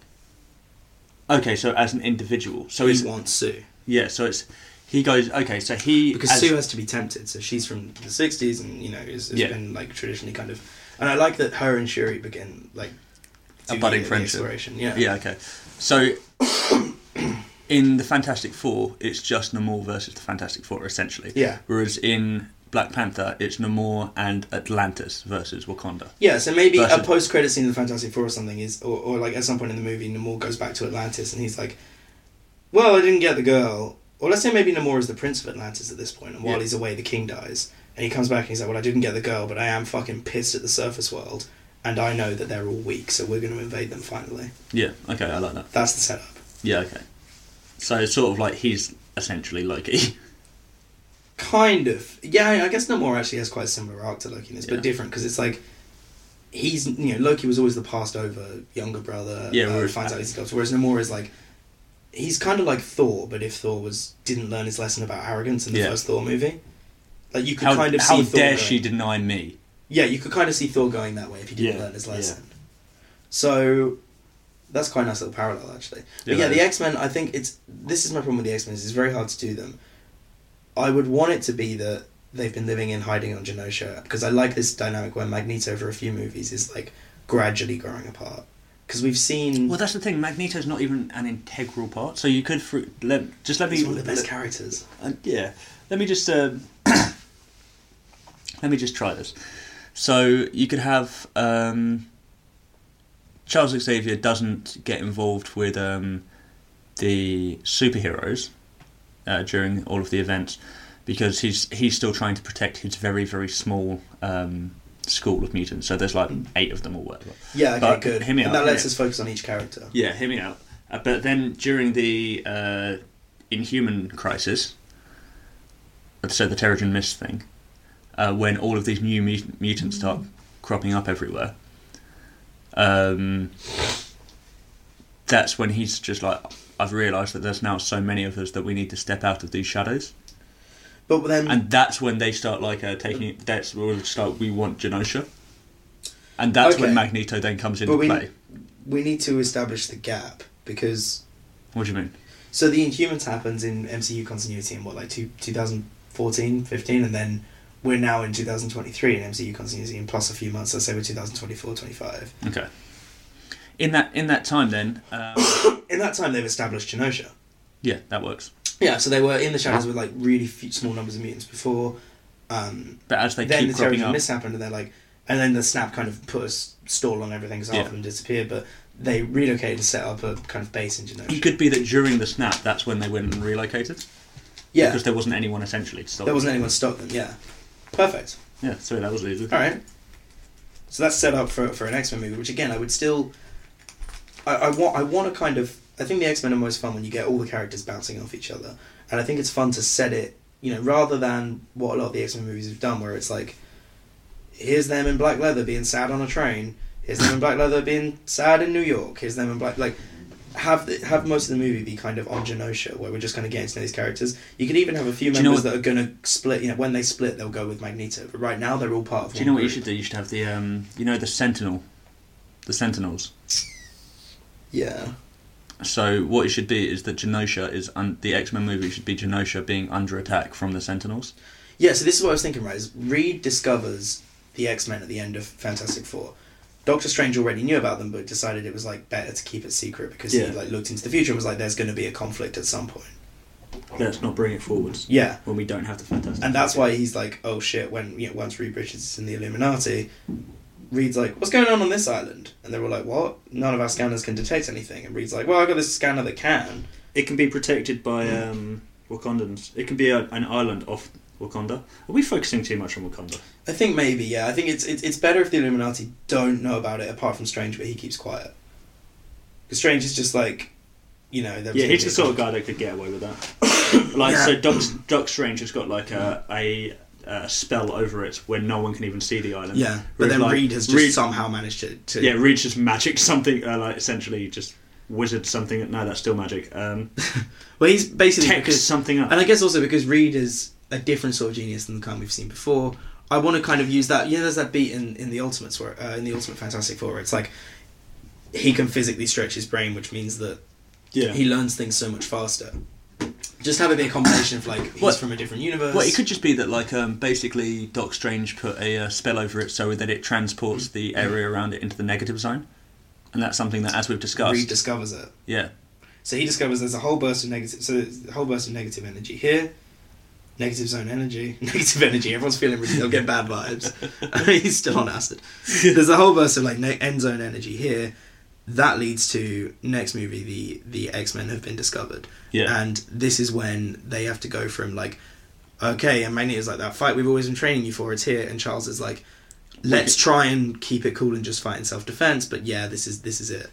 Speaker 2: Okay, so as an individual, so
Speaker 1: he
Speaker 2: it's
Speaker 1: wants Sue
Speaker 2: yeah, so it's he goes okay, so he
Speaker 1: because
Speaker 2: as-
Speaker 1: Sue has to be tempted. So she's from the sixties, and you know has, has
Speaker 2: Yeah.
Speaker 1: been like traditionally kind of. And I like that her and Shuri begin like
Speaker 2: A
Speaker 1: do
Speaker 2: budding
Speaker 1: the- the
Speaker 2: friendship.
Speaker 1: exploration.
Speaker 2: yeah okay, so in the Fantastic Four, it's just Namor versus the Fantastic Four essentially.
Speaker 1: Yeah.
Speaker 2: Whereas in Black Panther, it's Namor and Atlantis versus Wakanda.
Speaker 1: Yeah, so maybe a
Speaker 2: Versus-
Speaker 1: post credit scene in the Fantastic Four or something is, or, or like at some point in the movie, Namor goes back to Atlantis and he's like, "Well, I didn't get the girl." Or let's say maybe Namor is the prince of Atlantis at this point, and while
Speaker 2: Yeah.
Speaker 1: he's away, the king dies, and he comes back and he's like, "Well, I didn't get the girl, but I am fucking pissed at the surface world, and I know that they're all weak, so we're going to invade them finally."
Speaker 2: Yeah, okay, I like that.
Speaker 1: That's the setup.
Speaker 2: Yeah, okay. So it's sort of like he's essentially Loki.
Speaker 1: Kind of, yeah. I guess Namor actually has quite a similar arc to Loki in this,
Speaker 2: Yeah.
Speaker 1: but different because it's like he's you know Loki was always the passed over younger brother.
Speaker 2: Yeah,
Speaker 1: uh,
Speaker 2: whereas-
Speaker 1: finds out he's adopted. Whereas Namor is like he's kind of like Thor, but if Thor was didn't learn his lesson about arrogance in the
Speaker 2: Yeah.
Speaker 1: first Thor movie, like you could
Speaker 2: How,
Speaker 1: kind of
Speaker 2: how
Speaker 1: see Thor
Speaker 2: dare
Speaker 1: going-
Speaker 2: she deny me?
Speaker 1: Yeah, you could kind of see Thor going that way if he didn't
Speaker 2: Yeah,
Speaker 1: learn his
Speaker 2: yeah.
Speaker 1: lesson. So that's quite a nice little parallel actually. But
Speaker 2: Yeah,
Speaker 1: yeah,
Speaker 2: that
Speaker 1: the
Speaker 2: is.
Speaker 1: X Men. I think it's this is my problem with the X Men. It's very hard to do them. I would want it to be that they've been living in hiding on Genosha because I like this dynamic where Magneto for a few movies is like gradually growing apart because we've seen
Speaker 2: Well, that's the thing. Magneto's not even an integral part, so you could fr- let, just let me
Speaker 1: he's one of the best
Speaker 2: let-
Speaker 1: characters.
Speaker 2: Uh, yeah. Let me just uh, let me just try this. So you could have um, Charles Xavier doesn't get involved with um, the superheroes uh, during all of the events because he's he's still trying to protect his very very small um, school of mutants. So there's like eight of them or whatever.
Speaker 1: Yeah, okay,
Speaker 2: But
Speaker 1: good.
Speaker 2: hear me
Speaker 1: and
Speaker 2: out,
Speaker 1: that
Speaker 2: hear
Speaker 1: lets
Speaker 2: me
Speaker 1: us focus on each character.
Speaker 2: Yeah, hear me out. Uh, but then during the uh, Inhuman crisis, so the Terrigen Mist thing, uh, when all of these new mut- mutants start cropping up everywhere, um, that's when he's just like, I've realised that there's now so many of us that we need to step out of these shadows,
Speaker 1: But then
Speaker 2: and that's when they start like uh, taking. That's when we start. We want Genosha, and that's when
Speaker 1: Okay.
Speaker 2: Magneto then comes into
Speaker 1: But we-
Speaker 2: play.
Speaker 1: we need to establish the gap because
Speaker 2: What do you mean?
Speaker 1: so the Inhumans happens in MCU continuity in what like two, 2014, 15 and then we're now in 2023 in MCU continuity and plus a few months let's say we're 2024 25
Speaker 2: Okay. In that in that time, then, um,
Speaker 1: in that time they've established Genosha Ah.
Speaker 2: yeah, that works.
Speaker 1: yeah so they were in the shadows with like really few, small numbers of mutants before um,
Speaker 2: But as they
Speaker 1: then
Speaker 2: keep
Speaker 1: the
Speaker 2: cropping
Speaker 1: terrible
Speaker 2: up,
Speaker 1: miss happened, and they're like, and then the snap kind of put a s- stall on everything, so half
Speaker 2: Yeah.
Speaker 1: of them disappeared. But they relocated to set up a kind of base in Genosha.
Speaker 2: it could be that during the snap, that's when they went and relocated.
Speaker 1: yeah,
Speaker 2: Because there wasn't anyone essentially to stop.
Speaker 1: there wasn't anyone to stop them. Yeah, perfect.
Speaker 2: them. Yeah, so that was easy.
Speaker 1: All right. So that's set up for for an X Men movie, which again I would still, I, I want I want to kind of I think the X Men are most fun when you get all the characters bouncing off each other, and I think it's fun to set it you know rather than what a lot of the X Men movies have done, where it's like, here's them in black leather being sad on a train, here's them in black leather being sad in New York, here's them in black like. Have the, have most of the movie be kind of on Genosha, where we're just kind of getting to know these characters. You could even have a few
Speaker 2: Do
Speaker 1: members
Speaker 2: you know
Speaker 1: that are going to split. You know, when they split, they'll go with Magneto. But right now, they're all part of.
Speaker 2: Do you
Speaker 1: one
Speaker 2: know what you
Speaker 1: group.
Speaker 2: should do? You should have the um, you know, the Sentinel, the Sentinels.
Speaker 1: Yeah.
Speaker 2: So what it should be is that Genosha is un- the X Men movie should be Genosha being under attack from the Sentinels.
Speaker 1: Yeah, so this is what I was thinking, right? Is Reed discovers the X Men at the end of Fantastic Four. Doctor Strange already knew about them, but decided it was like better to keep it secret because
Speaker 2: Yeah.
Speaker 1: he like looked into the future and was like, "There's going to be a conflict at some point."
Speaker 2: Let's not bring it forwards
Speaker 1: Yeah,
Speaker 2: when we don't have the Fantastic.
Speaker 1: and that's why he's like, "Oh shit!" When you know, once Reed Richards is in the Illuminati, Reed's like, "What's going on on this island?" And they're all like, "What? None of our scanners can detect anything." And Reed's like, "Well, I have got this scanner that can."
Speaker 3: It can be protected by
Speaker 1: Mm.
Speaker 3: um, Wakandans. It can be a, an island off Wakanda. Are we focusing too much on Wakanda?
Speaker 1: I think maybe, yeah. I think it's it's, it's better if the Illuminati don't know about it, apart from Strange, but he keeps quiet. Because Strange is just like, you know, there was
Speaker 3: Yeah,
Speaker 1: gonna
Speaker 3: he's
Speaker 1: be
Speaker 3: the
Speaker 1: a
Speaker 3: sort of guy that could get away with that. like, so Doc, Doc Strange has got like a, a, a spell over it where no one can even see the island.
Speaker 1: Yeah, but
Speaker 3: Whereas,
Speaker 1: then
Speaker 3: like,
Speaker 1: Reed has just
Speaker 3: Reed-
Speaker 1: somehow managed to. to
Speaker 3: Yeah, Reed just magic something, uh, like essentially just wizard something. No, that's still magic. Um,
Speaker 1: Well, he's basically
Speaker 3: text
Speaker 1: because,
Speaker 3: something up.
Speaker 1: and I guess also because Reed is a different sort of genius than the kind we've seen before. I want to kind of use that. You know, there's that beat in in the Ultimates where uh, in the Ultimate Fantastic Four, where it's like he can physically stretch his brain, which means that
Speaker 3: yeah.
Speaker 1: he learns things so much faster. Just have it be a combination of like he's
Speaker 2: Well-
Speaker 1: from a different universe.
Speaker 2: Well, it could just be that, like, um, basically, Doc Strange put a uh, spell over it so that it transports the area around it into the negative zone, and that's something that, as we've discussed,
Speaker 1: Reed discovers it.
Speaker 2: yeah,
Speaker 1: So he discovers there's a whole burst of negative. So there's a whole burst of negative energy here. Negative zone energy, negative energy. Everyone's feeling really. They'll get bad vibes. He's still on acid. There's a whole burst of like ne- end zone energy here. That leads to next movie. The the X Men have been discovered,
Speaker 2: yeah,
Speaker 1: and this is when they have to go from like, okay, and Magneto's like that fight we've always been training you for. It's here, and Charles is like, let's try and keep it cool and just fight in self defense. But yeah, this is this is it.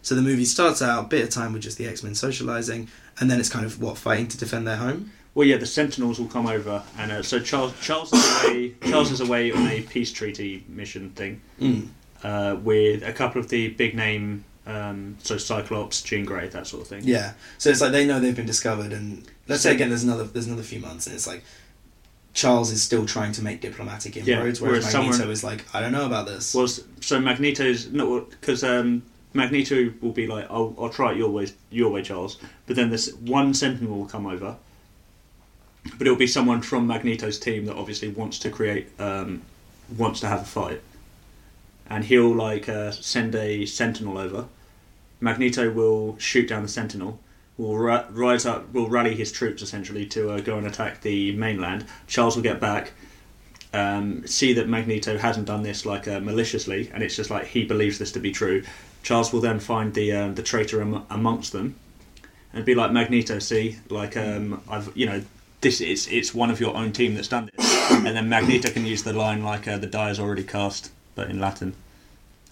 Speaker 1: So the movie starts out bit of time with just the X Men socializing, and then it's kind of what fighting to defend their home.
Speaker 3: Well, yeah, the Sentinels will come over, and uh, so Charles Charles is away. Charles is away on a peace treaty mission thing
Speaker 1: Mm.
Speaker 3: uh, with a couple of the big name
Speaker 2: Um, so Cyclops, Jean Grey, that sort of thing.
Speaker 1: Yeah. So it's like they know they've been discovered, and let's say again, there's another there's another few months, and it's like Charles is still trying to make diplomatic
Speaker 2: Yeah,
Speaker 1: inroads,
Speaker 2: whereas
Speaker 1: whereas,
Speaker 2: somewhere-
Speaker 1: Magneto is like, I don't know about this.
Speaker 2: Was so Magneto's not because um, Magneto will be like, "I'll I'll try it your way, your way, Charles." But then this one Sentinel will come over, but it'll be someone from Magneto's team that obviously wants to create, um, wants to have a fight, and he'll like uh, send a Sentinel over. Magneto will shoot down the Sentinel. Will ra- rise up, will rally his troops essentially to uh, go and attack the mainland. Charles will get back, um, see that Magneto hasn't done this like uh, maliciously, and it's just like he believes this to be true. Charles will then find the um, the traitor am- amongst them, and be like Magneto, see, like um, I've you know this is it's one of your own team that's done this, and then Magneto can use the line like uh, the die is already cast, but in Latin,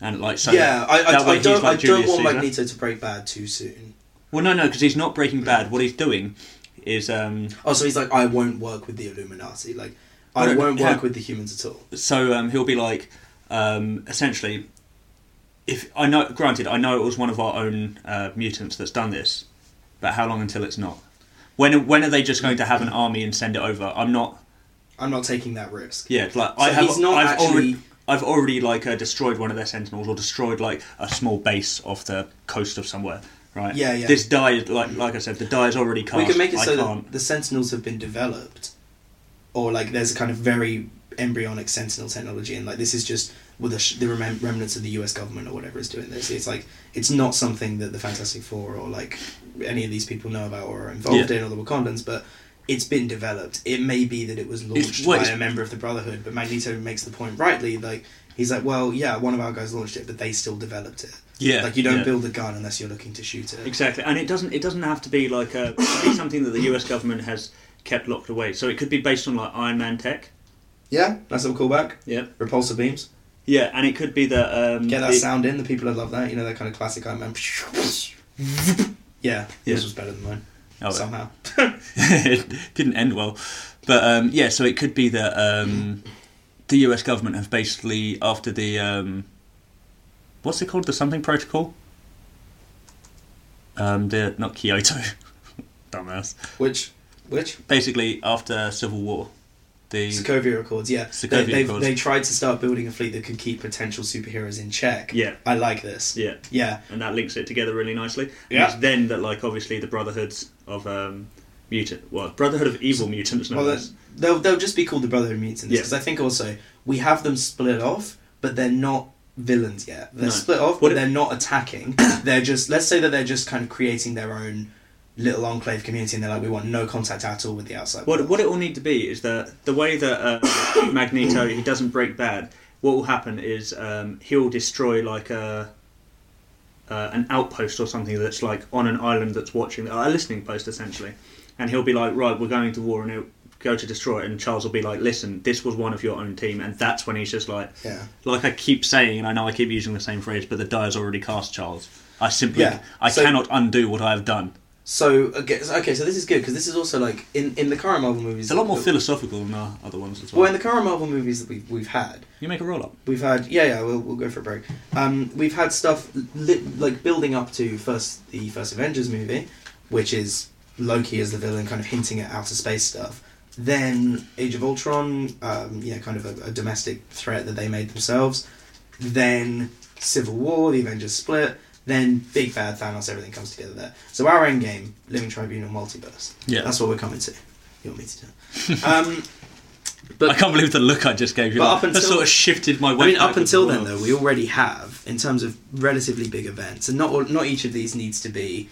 Speaker 2: and like so
Speaker 1: yeah, I, I,
Speaker 2: that way
Speaker 1: I
Speaker 2: he's
Speaker 1: don't
Speaker 2: like
Speaker 1: I don't
Speaker 2: Julius
Speaker 1: want
Speaker 2: Caesar.
Speaker 1: Magneto to break bad too soon.
Speaker 2: Well, no, no, because he's not Breaking Bad. What he's doing is um,
Speaker 1: Oh, so he's like, I won't work with the Illuminati. Like,
Speaker 2: No,
Speaker 1: I
Speaker 2: no,
Speaker 1: won't
Speaker 2: yeah.
Speaker 1: work with the humans at all.
Speaker 2: so um, he'll be like, um, essentially, if I know, granted, I know it was one of our own uh, mutants that's done this, but how long until it's not? When when are they just going to have an army and send it over? I'm not.
Speaker 1: I'm not taking that risk.
Speaker 2: Yeah, like I have.
Speaker 1: he's not
Speaker 2: I've
Speaker 1: actually-
Speaker 2: already. I've already like uh, destroyed one of their sentinels or destroyed like a small base off the coast of somewhere. Right.
Speaker 1: Yeah, yeah.
Speaker 2: This die is like like I said, the die is already cast.
Speaker 1: we can make it
Speaker 2: I
Speaker 1: so
Speaker 2: can't.
Speaker 1: that the Sentinels have been developed, or like there's a kind of very embryonic Sentinel technology, and like this is just with the, sh- the rem- remnants of the U.S. government or whatever is doing this. It's like it's not something that the Fantastic Four or like any of these people know about or are involved
Speaker 2: Yeah.
Speaker 1: in, or the Wakandans, but. It's been developed. It may be that it was launched
Speaker 2: well,
Speaker 1: by
Speaker 2: it's-
Speaker 1: a member of the Brotherhood, but Magneto makes the point rightly. Like he's like, well, yeah, one of our guys launched it, but they still developed it.
Speaker 2: yeah.
Speaker 1: like you don't
Speaker 2: yeah.
Speaker 1: build a gun unless you're looking to shoot it.
Speaker 2: Exactly, and it doesn't it doesn't have to be like a it could be something that the U.S. government has kept locked away. So it could be based on like Iron Man tech.
Speaker 1: Yeah, nice little callback.
Speaker 2: Yeah,
Speaker 1: Repulsor beams.
Speaker 2: yeah, and it could be that. Um,
Speaker 1: Get that
Speaker 2: the-
Speaker 1: sound in. The people would love that. You know that kind of classic Iron Man. Yeah,
Speaker 2: Yeah.
Speaker 1: this was better than mine
Speaker 2: Oh,
Speaker 1: somehow.
Speaker 2: it didn't end well, but um, yeah, so it could be that um, the U.S. government have basically after the um, what's it called the something protocol. Um, the not Kyoto, dumbass.
Speaker 1: Which, which
Speaker 2: Basically, after Civil War, the
Speaker 1: Sokovia Accords? Yeah,
Speaker 2: Sokovia
Speaker 1: they, they've-
Speaker 2: Accords.
Speaker 1: they tried to start building a fleet that could keep potential superheroes in check.
Speaker 2: yeah
Speaker 1: I like this.
Speaker 2: yeah
Speaker 1: Yeah,
Speaker 2: and that links it together really nicely. And
Speaker 1: Yeah.
Speaker 2: it's then that, like, obviously the Brotherhoods of um, Mutant, well, Brotherhood of Evil Mutants, no
Speaker 1: well,
Speaker 2: less.
Speaker 1: that- they'll they'll just be called the Brotherhood of Mutants
Speaker 2: Yeah.
Speaker 1: because I think also we have them split off, but they're not villains yet. They're
Speaker 2: No.
Speaker 1: split off,
Speaker 2: What
Speaker 1: but
Speaker 2: if-
Speaker 1: they're not attacking. they're just let's say that they're just kind of creating their own little enclave community, and they're like, we want no contact at all with the outside.
Speaker 2: What,
Speaker 1: world.
Speaker 2: what it will need to be is that the way that uh, Magneto he doesn't break bad. What will happen is um, he'll destroy like a uh, an outpost or something that's like on an island that's watching a listening post essentially, and he'll be like, right, we're going to war and he'll go to destroy it. And Charles will be like, listen, this was one of your own team, and that's when he's just like,
Speaker 1: Yeah.
Speaker 2: like I keep saying, and I know I keep using the same phrase, but the die is already cast, Charles. I simply,
Speaker 1: Yeah,
Speaker 2: I
Speaker 1: so-
Speaker 2: cannot undo what I have done.
Speaker 1: So okay, so- okay, so this is good because this is also like in, in the current Marvel movies.
Speaker 2: It's a lot more philosophical than our other ones as well.
Speaker 1: Well, in the current Marvel movies that we've we've had,
Speaker 2: you make a roll up.
Speaker 1: we've had yeah yeah we'll we'll go for a break. Um, we've had stuff li- like building up to first the first Avengers movie, which is Loki as the villain, kind of hinting at outer space stuff. Then Age of Ultron, um, you know, kind of a, a domestic threat that they made themselves. Then Civil War, the Avengers split. Then Big Bad Thanos, everything comes together there. So our end game, Living Tribunal, multiverse.
Speaker 2: Yeah,
Speaker 1: That's what we're coming to. You want me to do? it? um,
Speaker 2: I can't believe the look I just gave you.
Speaker 1: But
Speaker 2: like,
Speaker 1: up
Speaker 2: that
Speaker 1: until-
Speaker 2: sort of shifted my.
Speaker 1: I mean,
Speaker 2: weight
Speaker 1: up
Speaker 2: backwards
Speaker 1: until
Speaker 2: as
Speaker 1: then,
Speaker 2: well.
Speaker 1: though, we already have in terms of relatively big events, and not all, not each of these needs to be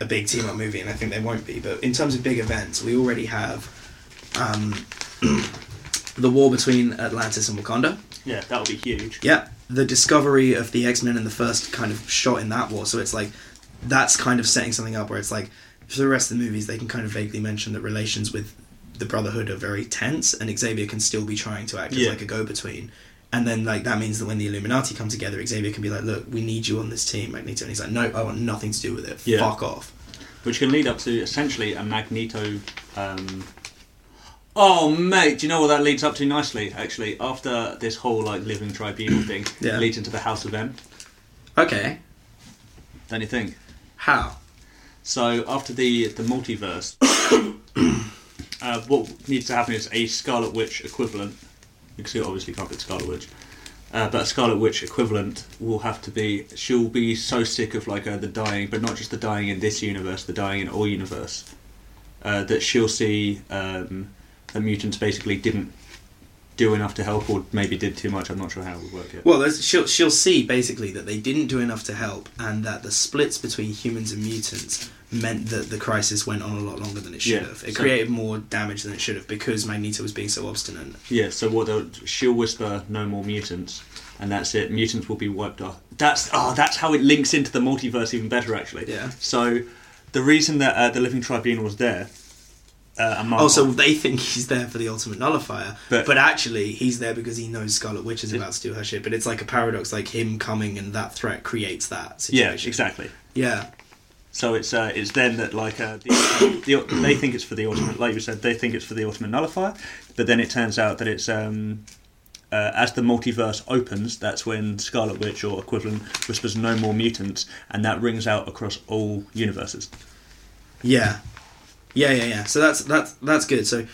Speaker 1: a big team up movie, and I think they won't be. But in terms of big events, we already have um, the war between Atlantis and Wakanda.
Speaker 2: yeah, that would be huge.
Speaker 1: Yeah, the discovery of the X Men and the first kind of shot in that war. So it's like that's kind of setting something up where it's like for the rest of the movies they can kind of vaguely mention that relations with the Brotherhood are very tense, and Xavier can still be trying to act as
Speaker 2: Yeah.
Speaker 1: like a go between. And then like that means that when the Illuminati come together, Xavier can be like, "Look, we need you on this team, Magneto." And he's like, "No, I want nothing to do with it.
Speaker 2: Yeah.
Speaker 1: Fuck off."
Speaker 2: Which can lead up to essentially a Magneto. Um... Oh mate, do you know what that leads up to nicely? Actually, after this whole like living tribunal thing,
Speaker 1: Yeah.
Speaker 2: it leads into the House of M.
Speaker 1: Okay.
Speaker 2: don't you think?
Speaker 1: How?
Speaker 2: So after the the multiverse, uh, what needs to happen is a Scarlet Witch equivalent. Because you obviously can't get Scarlet Witch, uh, but a Scarlet Witch equivalent will have to be. She'll be so sick of like uh, the dying, but not just the dying in this universe, the dying in all universe, uh, that she'll see um, that mutants basically didn't do enough to help, or maybe did too much. I'm not sure how it would work yet.
Speaker 1: Well, there's- she'll she'll see basically that they didn't do enough to help, and that the splits between humans and mutants meant that the crisis went on a lot longer than it should
Speaker 2: Yeah,
Speaker 1: have. It
Speaker 2: so-
Speaker 1: created more damage than it should have because Magneto was being so obstinate.
Speaker 2: Yeah, so what they'll, she'll whisper, "No more mutants," and that's it. Mutants will be wiped off. That's oh, that's how it links into the multiverse even better, actually.
Speaker 1: Yeah.
Speaker 2: So, the reason that uh, the Living Tribunal was there, uh, among
Speaker 1: Also, they think he's there for the ultimate nullifier,
Speaker 2: But-
Speaker 1: but, actually he's there because he knows Scarlet Witch is about to do her shit. But it's like a paradox, like him coming and that threat creates that
Speaker 2: yeah,
Speaker 1: situation.
Speaker 2: exactly.
Speaker 1: Yeah,
Speaker 2: So it's uh, it's then that like uh, the, the, they think it's for the ultimate, like you said, they think it's for the ultimate nullifier, but then it turns out that it's um, uh, as the multiverse opens, that's when Scarlet Witch or equivalent whispers, "No more mutants," and that rings out across all universes.
Speaker 1: yeah, yeah, yeah, yeah. So that's that's that's good. So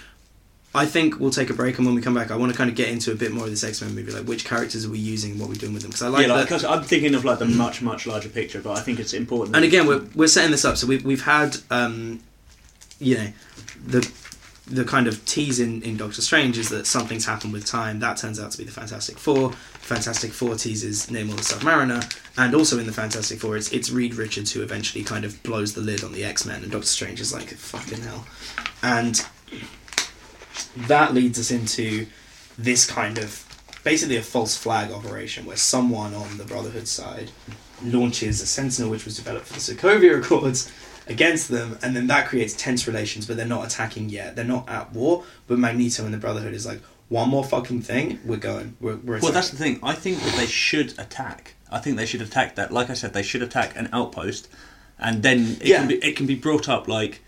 Speaker 1: I think we'll take a break, and when we come back, I want to kind of get into a bit more of this X Men movie, like which characters are we using, what we're doing with them, because I like
Speaker 2: yeah,
Speaker 1: that.
Speaker 2: like, 'cause I'm thinking of like the much much larger picture, but I think it's important.
Speaker 1: and again we're, we're setting this up so we've, we've had um, you know the the kind of tease in, in Doctor Strange is that something's happened with time that turns out to be the Fantastic Four Fantastic Four teases Namor the Submariner and also in the Fantastic Four it's, it's Reed Richards who eventually kind of blows the lid on the X-Men and Doctor Strange is like fucking hell and that leads us into this kind of basically a false flag operation where someone on the Brotherhood side launches a Sentinel which was developed for the Sokovia Accords against them, and then that creates tense relations, but they're not attacking yet. They're not at war, but Magneto and the Brotherhood is like, one more fucking thing, we're going. We're, we're
Speaker 2: well, that's
Speaker 1: attacking."
Speaker 2: the thing. I think that they should attack. I think they should attack that. Like I said, they should attack an outpost, and then it
Speaker 1: Yeah.
Speaker 2: can be it can be brought up like,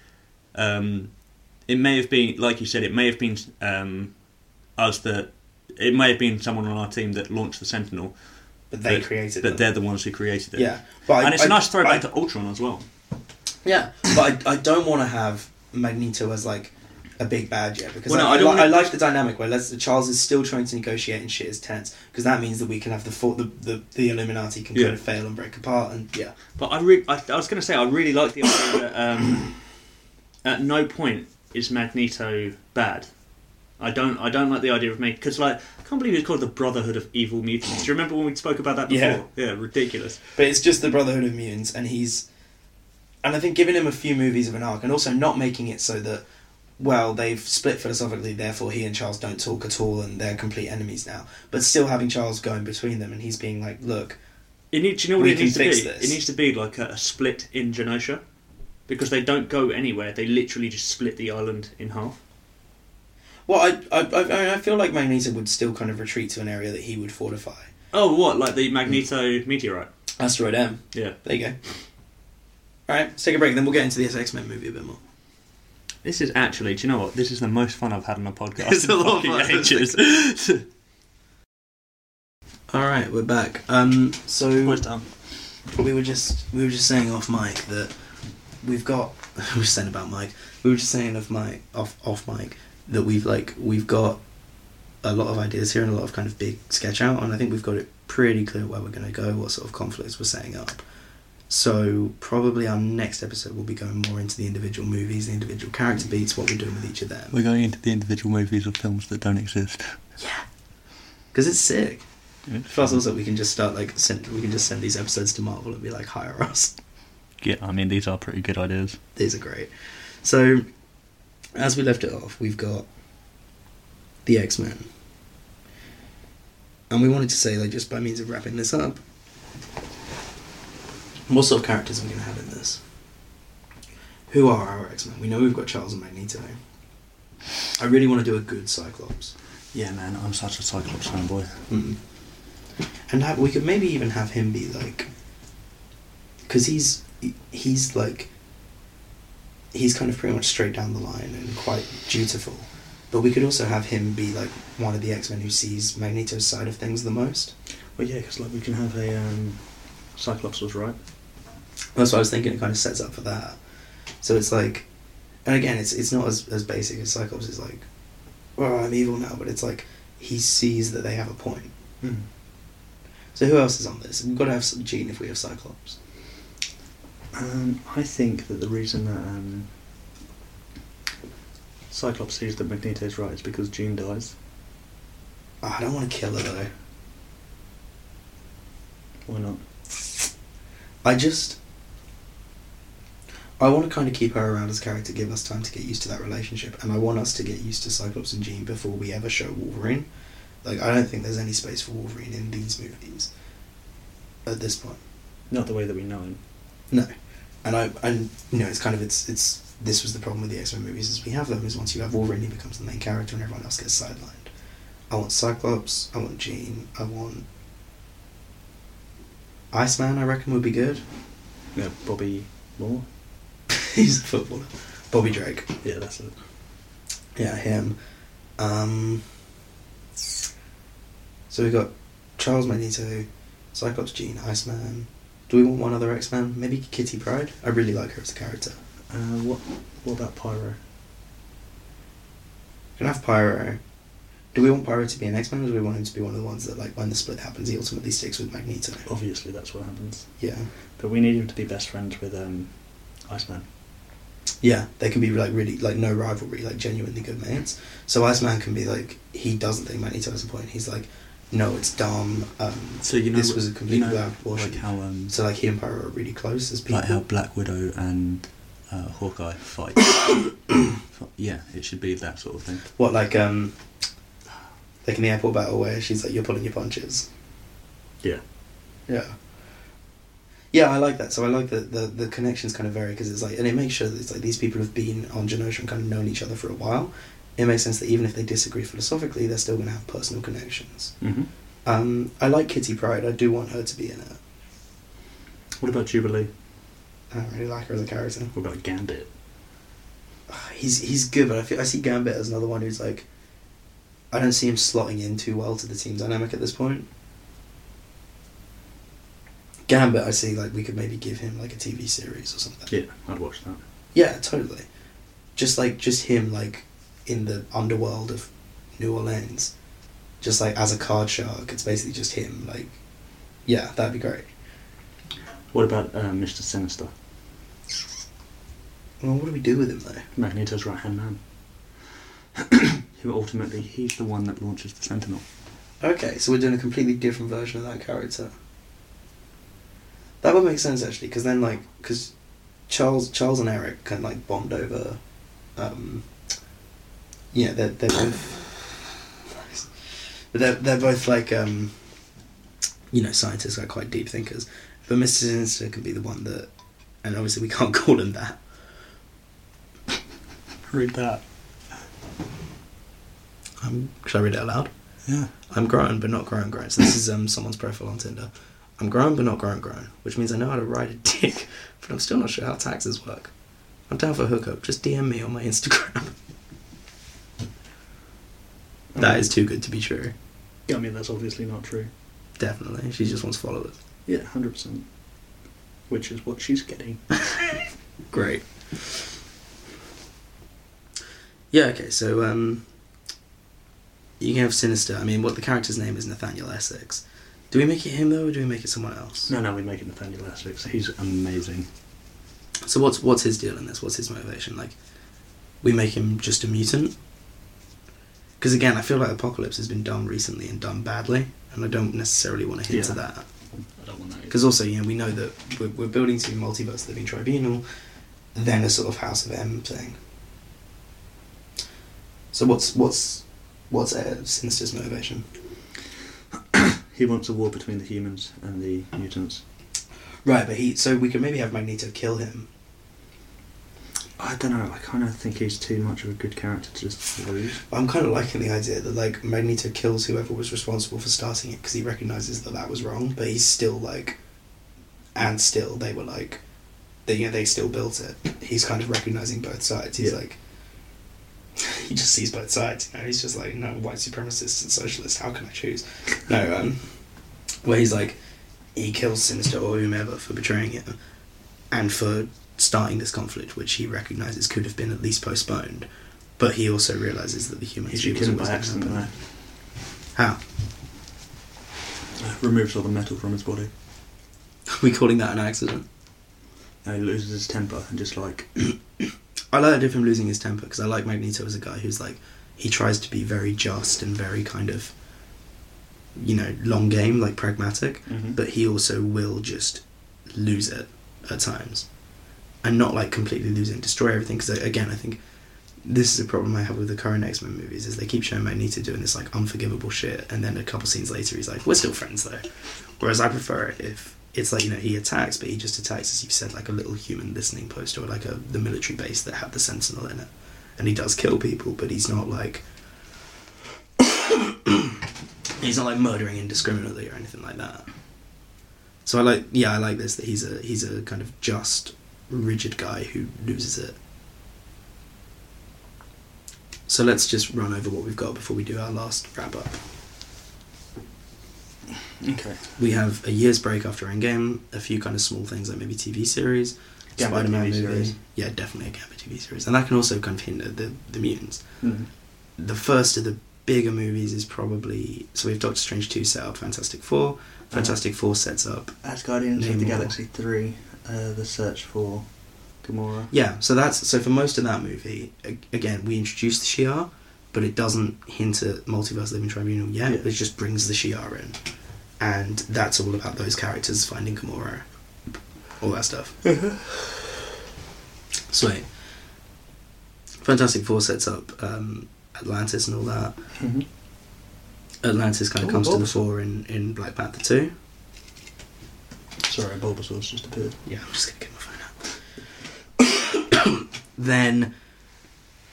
Speaker 2: um, it may have been like you said, it may have been um, us that it may have been someone on our team that launched the Sentinel,
Speaker 1: but they
Speaker 2: but,
Speaker 1: created
Speaker 2: but
Speaker 1: them.
Speaker 2: they're the ones who created it.
Speaker 1: yeah, but
Speaker 2: and it's a nice
Speaker 1: but I-
Speaker 2: throwback to Ultron as well.
Speaker 1: Yeah, but I, I don't want to have Magneto as like a big bad yet because
Speaker 2: Well, no,
Speaker 1: I,
Speaker 2: I
Speaker 1: I,
Speaker 2: don't
Speaker 1: li-
Speaker 2: wanna-
Speaker 1: I like the dynamic where let's, Charles is still trying to negotiate and shit is tense because that means that we can have the fo- the, the the Illuminati can
Speaker 2: Yeah.
Speaker 1: kind of fail and break apart and yeah
Speaker 2: But I, re- I, I was going to say I really like the idea that um, at no point is Magneto bad. I don't I don't like the idea of me because like I can't believe it's called the Brotherhood of Evil Mutants. Do you remember when we spoke about that before?
Speaker 1: Yeah.
Speaker 2: ridiculous.
Speaker 1: but it's just the Brotherhood of Mutants and he's and I think giving him a few movies of an arc and also not making it so that well they've split philosophically therefore he and Charles don't talk at all and they're complete enemies now but still having Charles going between them and he's being like look
Speaker 2: It needs, do you know what
Speaker 1: We
Speaker 2: it
Speaker 1: can
Speaker 2: needs to be?
Speaker 1: fix this.
Speaker 2: It needs to be like a, a split in Genosha because they don't go anywhere. They literally just split the island in half.
Speaker 1: Well, I, I, I, I mean, I feel like Magneto would still kind of retreat to an area that he would fortify.
Speaker 2: Oh, what like the Magneto meteorite?
Speaker 1: Asteroid M.
Speaker 2: Yeah,
Speaker 1: There you go. All right, let's take a break. Then we'll get into this X Men movie a bit more.
Speaker 2: this is actually. Do you know what? This is the most fun I've had on a podcast.
Speaker 1: It's a
Speaker 2: in
Speaker 1: lot of
Speaker 2: fucking
Speaker 1: fun, isn't it?
Speaker 2: ages.
Speaker 1: All right, we're back. Um, so
Speaker 2: Almost done.
Speaker 1: we were just we were just saying off mic that we've got we were saying about Mike. We were just saying of mic off off mic that we've like we've got a lot of ideas here and a lot of kind of big sketch out, and I think we've got it pretty clear where we're going to go, what sort of conflicts we're setting up. So probably our next episode will be going more into the individual movies, the individual character beats, what we're doing with each of them.
Speaker 6: We're going into the individual movies of films that don't exist.
Speaker 1: because it's sick.
Speaker 6: Yeah.
Speaker 1: Plus, also we can just start like send, we can just send these episodes to Marvel and be like, hire us.
Speaker 6: Yeah, I mean, these are pretty good ideas.
Speaker 1: These are great. So, as we left it off, we've got the X Men, and we wanted to say like just by means of wrapping this up, what sort of characters are we going to have in this? Who are our X Men? We know we've got Charles and Magneto. I really want to do a good Cyclops.
Speaker 6: Yeah, man, I'm such a Cyclops fanboy.
Speaker 1: Mm. And have, we could maybe even have him be like, because he's he- he's like, he's kind of pretty much straight down the line and quite dutiful. But we could also have him be like one of the X Men who sees Magneto's side of things the most.
Speaker 2: Well, yeah, because like we can have a um, Cyclops was right.
Speaker 1: That's what I was thinking. It kind of sets up for that. So it's like, and again, it's it's not as, as basic as Cyclops is like, well, I'm evil now, but it's like he sees that they have a point.
Speaker 2: Hmm.
Speaker 3: Mm.
Speaker 1: So who else is on this? We've got to have some Jean if we have Cyclops.
Speaker 3: Um, I think that the reason that um, Cyclops sees that Magneto's right is because Jean dies.
Speaker 1: Ah, I don't want to kill her though.
Speaker 3: Why not?
Speaker 1: I just. I want to kind of keep her around as a character, give us time to get used to that relationship, and I want us to get used to Cyclops and Jean before we ever show Wolverine. Like, I don't think there's any space for Wolverine in these movies at this point.
Speaker 3: Not the way that we know him.
Speaker 1: No, and I and you know it's kind of it's it's this was the problem with the X Men movies is we have them is once you have Wolverine he becomes the main character and everyone else gets sidelined. I want Cyclops. I want Jean. I want Iceman. I reckon would be good.
Speaker 3: Yeah, Bobby Moore.
Speaker 1: He's a footballer. Bobby Drake.
Speaker 3: Yeah, that's it.
Speaker 1: Yeah, him. Um, so we got Charles Magneto, Cyclops, Jean, Iceman. Do we want one other X Man? Maybe Kitty Pride. I really like her as a character.
Speaker 3: Uh, what What about Pyro?
Speaker 1: We can have Pyro. Do we want Pyro to be an X Man, or do we want him to be one of the ones that, like, when the split happens, he ultimately sticks with Magneto?
Speaker 3: Obviously, that's what happens.
Speaker 1: Yeah,
Speaker 3: But we need him to be best friends with um, Iceman.
Speaker 1: yeah. They can be like really like no rivalry, like genuinely good mates. So Iceman can be like he doesn't think Magneto has a point. He's like, no, it's dumb. Um,
Speaker 2: So you know
Speaker 1: this was a complete
Speaker 2: you know,
Speaker 1: blow out of proportion.
Speaker 2: like how um,
Speaker 1: so like he and Pyro are really close as people.
Speaker 2: like how Black Widow and uh, Hawkeye fight. yeah, it should be that sort of thing.
Speaker 1: What like um, like in the airport battle where she's like, you're pulling your punches.
Speaker 3: Yeah.
Speaker 1: Yeah. Yeah, I like that. So I like that the, the connections kind of vary because it's like, and it makes sure that it's like these people have been on Genosha and kind of known each other for a while. It makes sense that even if they disagree philosophically, they're still going to have personal connections.
Speaker 3: Mm-hmm.
Speaker 1: Um, I like Kitty Pride. I do want her to be in it.
Speaker 3: What about Jubilee?
Speaker 1: I don't really like her as a character.
Speaker 3: What about Gambit?
Speaker 1: Ah, He's he's good, but I feel I see Gambit as another one who's like, I don't see him slotting in too well to the team dynamic at this point. Gambit, I see like we could maybe give him like a TV series or something.
Speaker 3: Yeah, I'd watch that.
Speaker 1: Yeah, totally. Just like just him like in the underworld of New Orleans. Just like as a card shark, it's basically just him, like yeah, that'd be great.
Speaker 3: What about uh, Mr. Sinister?
Speaker 1: Well what do we do with him though?
Speaker 3: Magneto's right hand man. Who ultimately he's the one that launches the Sentinel.
Speaker 1: Okay, so we're doing a completely different version of that character. That would make sense actually, because then like, because Charles, Charles and Eric can like bond over. Um, yeah, they're they're both. Nice. But they're they're both like um. You know, scientists are quite deep thinkers, but Mister Sinister can be the one that, and obviously we can't call him that.
Speaker 2: Read that.
Speaker 1: Um, should I read it aloud?
Speaker 2: Yeah.
Speaker 1: I'm grown but not grown grown. So this is um someone's profile on Tinder. I'm grown but not grown grown, which means I know how to ride a dick, but I'm still not sure how taxes work. I'm down for hookup. Just DM me on my Instagram. That is too good to be true.
Speaker 3: Yeah, I mean that's obviously not true.
Speaker 1: Definitely, she just wants followers.
Speaker 3: Yeah, hundred percent. Which is what she's getting.
Speaker 1: Great. Yeah. Okay. So um, you can have sinister. I mean, what the character's name is Nathaniel Essex. Do we make it him though, or do we make it someone else?
Speaker 3: No, no, we make it Nathaniel Essex. He's amazing.
Speaker 1: So what's what's his deal in this? What's his motivation? Like, we make him just a mutant. Because again, I feel like Apocalypse has been done recently and done badly, and I don't necessarily want to hint to
Speaker 3: Yeah.
Speaker 1: that.
Speaker 3: I don't want that.
Speaker 1: Because also, you know, we know that we're, we're building to multiverse living tribunal, then a sort of House of M thing. So what's what's what's uh, Sinister's motivation?
Speaker 3: he wants a war between the humans and the mutants.
Speaker 1: Right, but he so we could maybe have Magneto kill him.
Speaker 3: I don't know. I kind of think he's too much of a good character to just lose.
Speaker 1: But I'm kind of liking the idea that like Magneto kills whoever was responsible for starting it because he recognizes that that was wrong, but he's still like, and still they were like, they you know, they still built it. He's kind of recognizing both sides. He's
Speaker 3: Yeah.
Speaker 1: like, he just sees both sides. You know, he's just like, no, white supremacist and socialist. How can I choose? No, um, where he's like, he kills Sinister or whomever for betraying him, and for starting this conflict, which he recognizes could have been at least postponed. But he also realizes that the human
Speaker 3: He's
Speaker 1: issue
Speaker 3: just
Speaker 1: was
Speaker 3: killed
Speaker 1: always
Speaker 3: by
Speaker 1: going to
Speaker 3: accident
Speaker 1: happen.
Speaker 3: there.
Speaker 1: How?
Speaker 3: uh, Removes all the metal from his body.
Speaker 1: Are we calling that an accident?
Speaker 3: And he loses his temper and just like
Speaker 1: I learned of him losing his temper because I like Magneto as a guy who's like he tries to be very just and very kind of you know long game like pragmatic, but he also will just lose it at times and not like completely lose it and destroy everything because again I think this is a problem I have with the current X Men movies is they keep showing Magneto doing this like unforgivable shit and then a couple scenes later he's like we're still friends though, whereas I prefer it if it's like you know he attacks but he just attacks as you said like a little human listening post or like a the military base that had the sentinel in it and he does kill people but he's not like he's not like murdering indiscriminately or anything like that so i like yeah i like this that he's a he's a kind of just rigid guy who loses it so let's just run over what we've got before we do our last wrap up
Speaker 3: okay.
Speaker 1: we have a year's break after Endgame, a few kind of small things like maybe TV series,
Speaker 3: Gambit
Speaker 1: Spider Man
Speaker 3: TV
Speaker 1: movie.
Speaker 3: series.
Speaker 1: Yeah, definitely a Gambit TV series. And that can also kind of hinder the, the mutants. The first of the bigger movies is probably. So we have Doctor Strange 2 set up Fantastic Four. Fantastic Four sets up.
Speaker 3: As Guardians of the
Speaker 1: Namor.
Speaker 3: Galaxy three, uh, the search for Gamora.
Speaker 1: Yeah, so that's. So for most of that movie, a- again, we introduce the Shi'ar, but it doesn't hint at Multiverse Living Tribunal yet.
Speaker 3: Yeah.
Speaker 1: It just brings the Shi'ar in. And that's all about those characters finding Gamora, all that stuff. Sweet. Fantastic Four sets up um, Atlantis and all that.
Speaker 3: Mhm.
Speaker 1: Atlantis kind of
Speaker 3: Ooh,
Speaker 1: comes to the
Speaker 3: Bulbasaur.
Speaker 1: fore in, in Black Panther 2.
Speaker 3: Sorry, Bulbasaur's just appeared.
Speaker 1: Yeah, I'm just going to get my phone out. then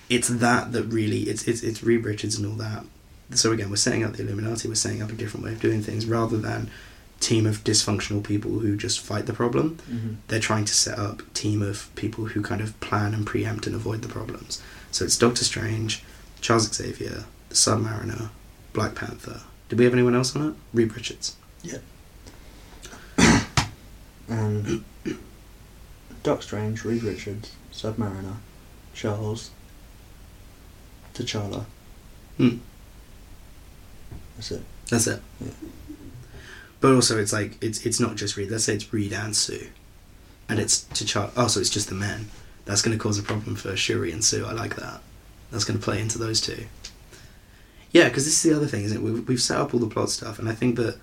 Speaker 1: it's that that really, it's, it's, it's Reed Richards and all that. So again, we're setting up the Illuminati, we're setting up a different way of doing things rather than team of dysfunctional people who just fight the problem. they're trying to set up a team of people who kind of plan and preempt and avoid the problems. So it's Doctor Strange, Charles Xavier, the Submariner, Black Panther. Did we have anyone else on it? Reed Richards.
Speaker 3: And Doc Strange, Reed Richards, Submariner, Charles, T'Challa.
Speaker 1: Hmm.
Speaker 3: That's it.
Speaker 1: That's it.
Speaker 3: Yeah.
Speaker 1: But also, it's like it's it's not just Reed. Let's say it's Reed and Sue, and it's to Charles. Oh, so it's just the men. That's going to cause a problem for Shuri and Sue. I like that. That's going to play into those two. Yeah, because this is the other thing, isn't it? We've, we've set up all the plot stuff, and I think that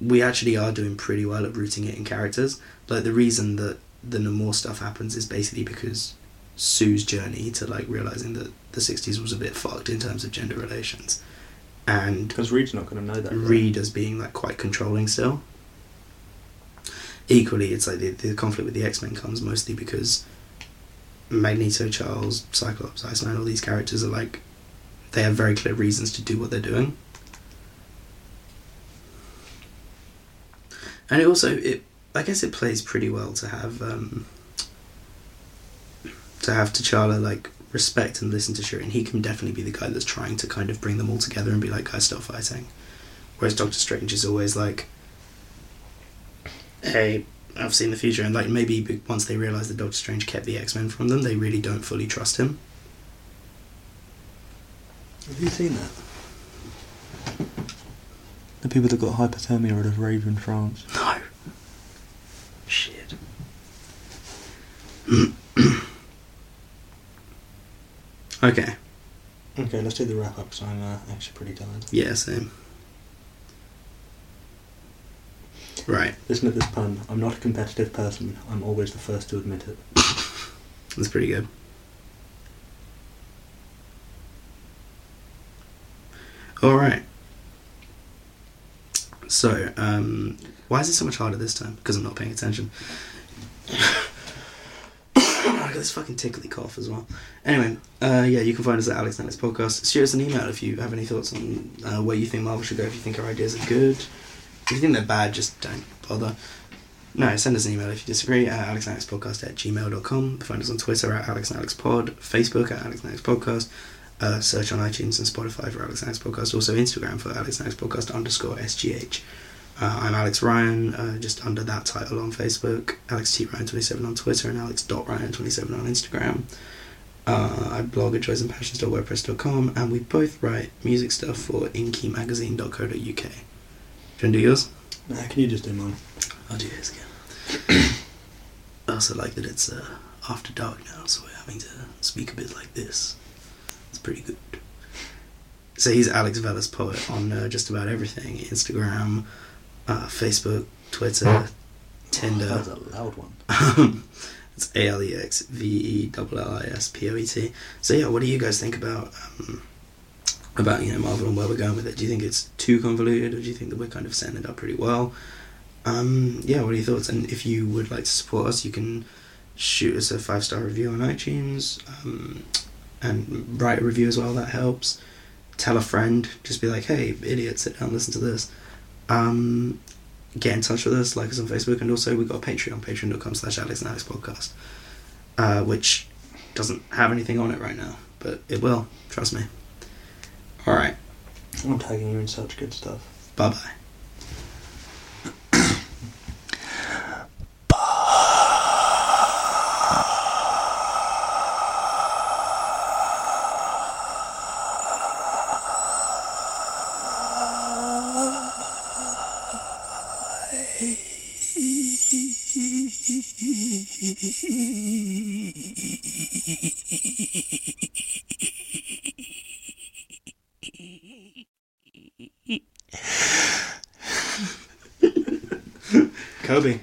Speaker 1: we actually are doing pretty well at rooting it in characters. Like the reason that the Namor stuff happens is basically because Sue's journey to like realizing that the '60s was a bit fucked in terms of gender relations, and
Speaker 3: Because Reed's not going to know that. right?
Speaker 1: read as being like quite controlling still. Equally, it's like the, the conflict with the X Men comes mostly because Magneto, Charles, Cyclops, Iceman, all these characters are like they have very clear reasons to do what they're doing. And it also it I guess it plays pretty well to have um, to have T'Challa like respect and listen to Shuri, and he can definitely be the guy that's trying to kind of bring them all together and be like, guys, stop fighting. Whereas Doctor Strange is always like, hey, I've seen the future. And like maybe b- once they realize that Doctor Strange kept the X Men from them, they really don't fully trust him.
Speaker 3: Have you seen that? The people that got hypothermia out of rave in France.
Speaker 1: No. Shit. okay.
Speaker 3: Okay, let's do the wrap up because I'm uh, actually pretty tired.
Speaker 1: Yeah, same. Right.
Speaker 3: Listen to this pun. I'm not a competitive person. I'm always the first to admit it.
Speaker 1: That's pretty good. All right. So, um, why is it so much harder this time? Because I'm not paying attention. I got this fucking tickly cough as well. Anyway, uh, yeah, you can find us at Alex Alex Podcast. Shoot us an email if you have any thoughts on uh, where you think Marvel should go. If you think our ideas are good, if you think they're bad, just don't bother. No, send us an email if you disagree at alexandalexpodcast at gmail.com. Find us on Twitter at alexandalexpod, Facebook at alexandalexpodcast, uh, search on iTunes and Spotify for Alex and Alex Podcast, also Instagram for alexandalexpodcast underscore SGH. Uh, I'm Alex Ryan, uh, just under that title on Facebook, Alex T Ryan 27 on Twitter, and Alex dot Ryan 27 on Instagram. Uh, I blog at joysandpassions.wordpress.com, and we both write music stuff for inkeymagazine.co.uk. Do you want to do yours?
Speaker 3: Nah, can you just do mine?
Speaker 1: I'll do this again. I also like that it's uh, after dark now, so we're having to speak a bit like this. It's pretty good. So he's Alex Velas Poet on uh, just about everything Instagram, uh, Facebook, Twitter, Tinder.
Speaker 3: That was a loud one.
Speaker 1: it's A L E X V E L L I S P O E T. So yeah, what do you guys think about um, about you know Marvel and where we're going with it? Do you think it's too convoluted, or do you think that we're kind of setting it up pretty well? Um, yeah, what are your thoughts? And if you would like to support us, you can shoot us a five star review on iTunes um, and write a review as well. That helps. Tell a friend. Just be like, hey, idiot, sit down, listen to this. Um, get in touch with us, like us on Facebook, and also we've got a Patreon, patreon.com slash Alex and Alex podcast, uh, which doesn't have anything on it right now, but it will, trust me. All right,
Speaker 3: I'm tagging you in such good stuff.
Speaker 1: bye bye. Kobe.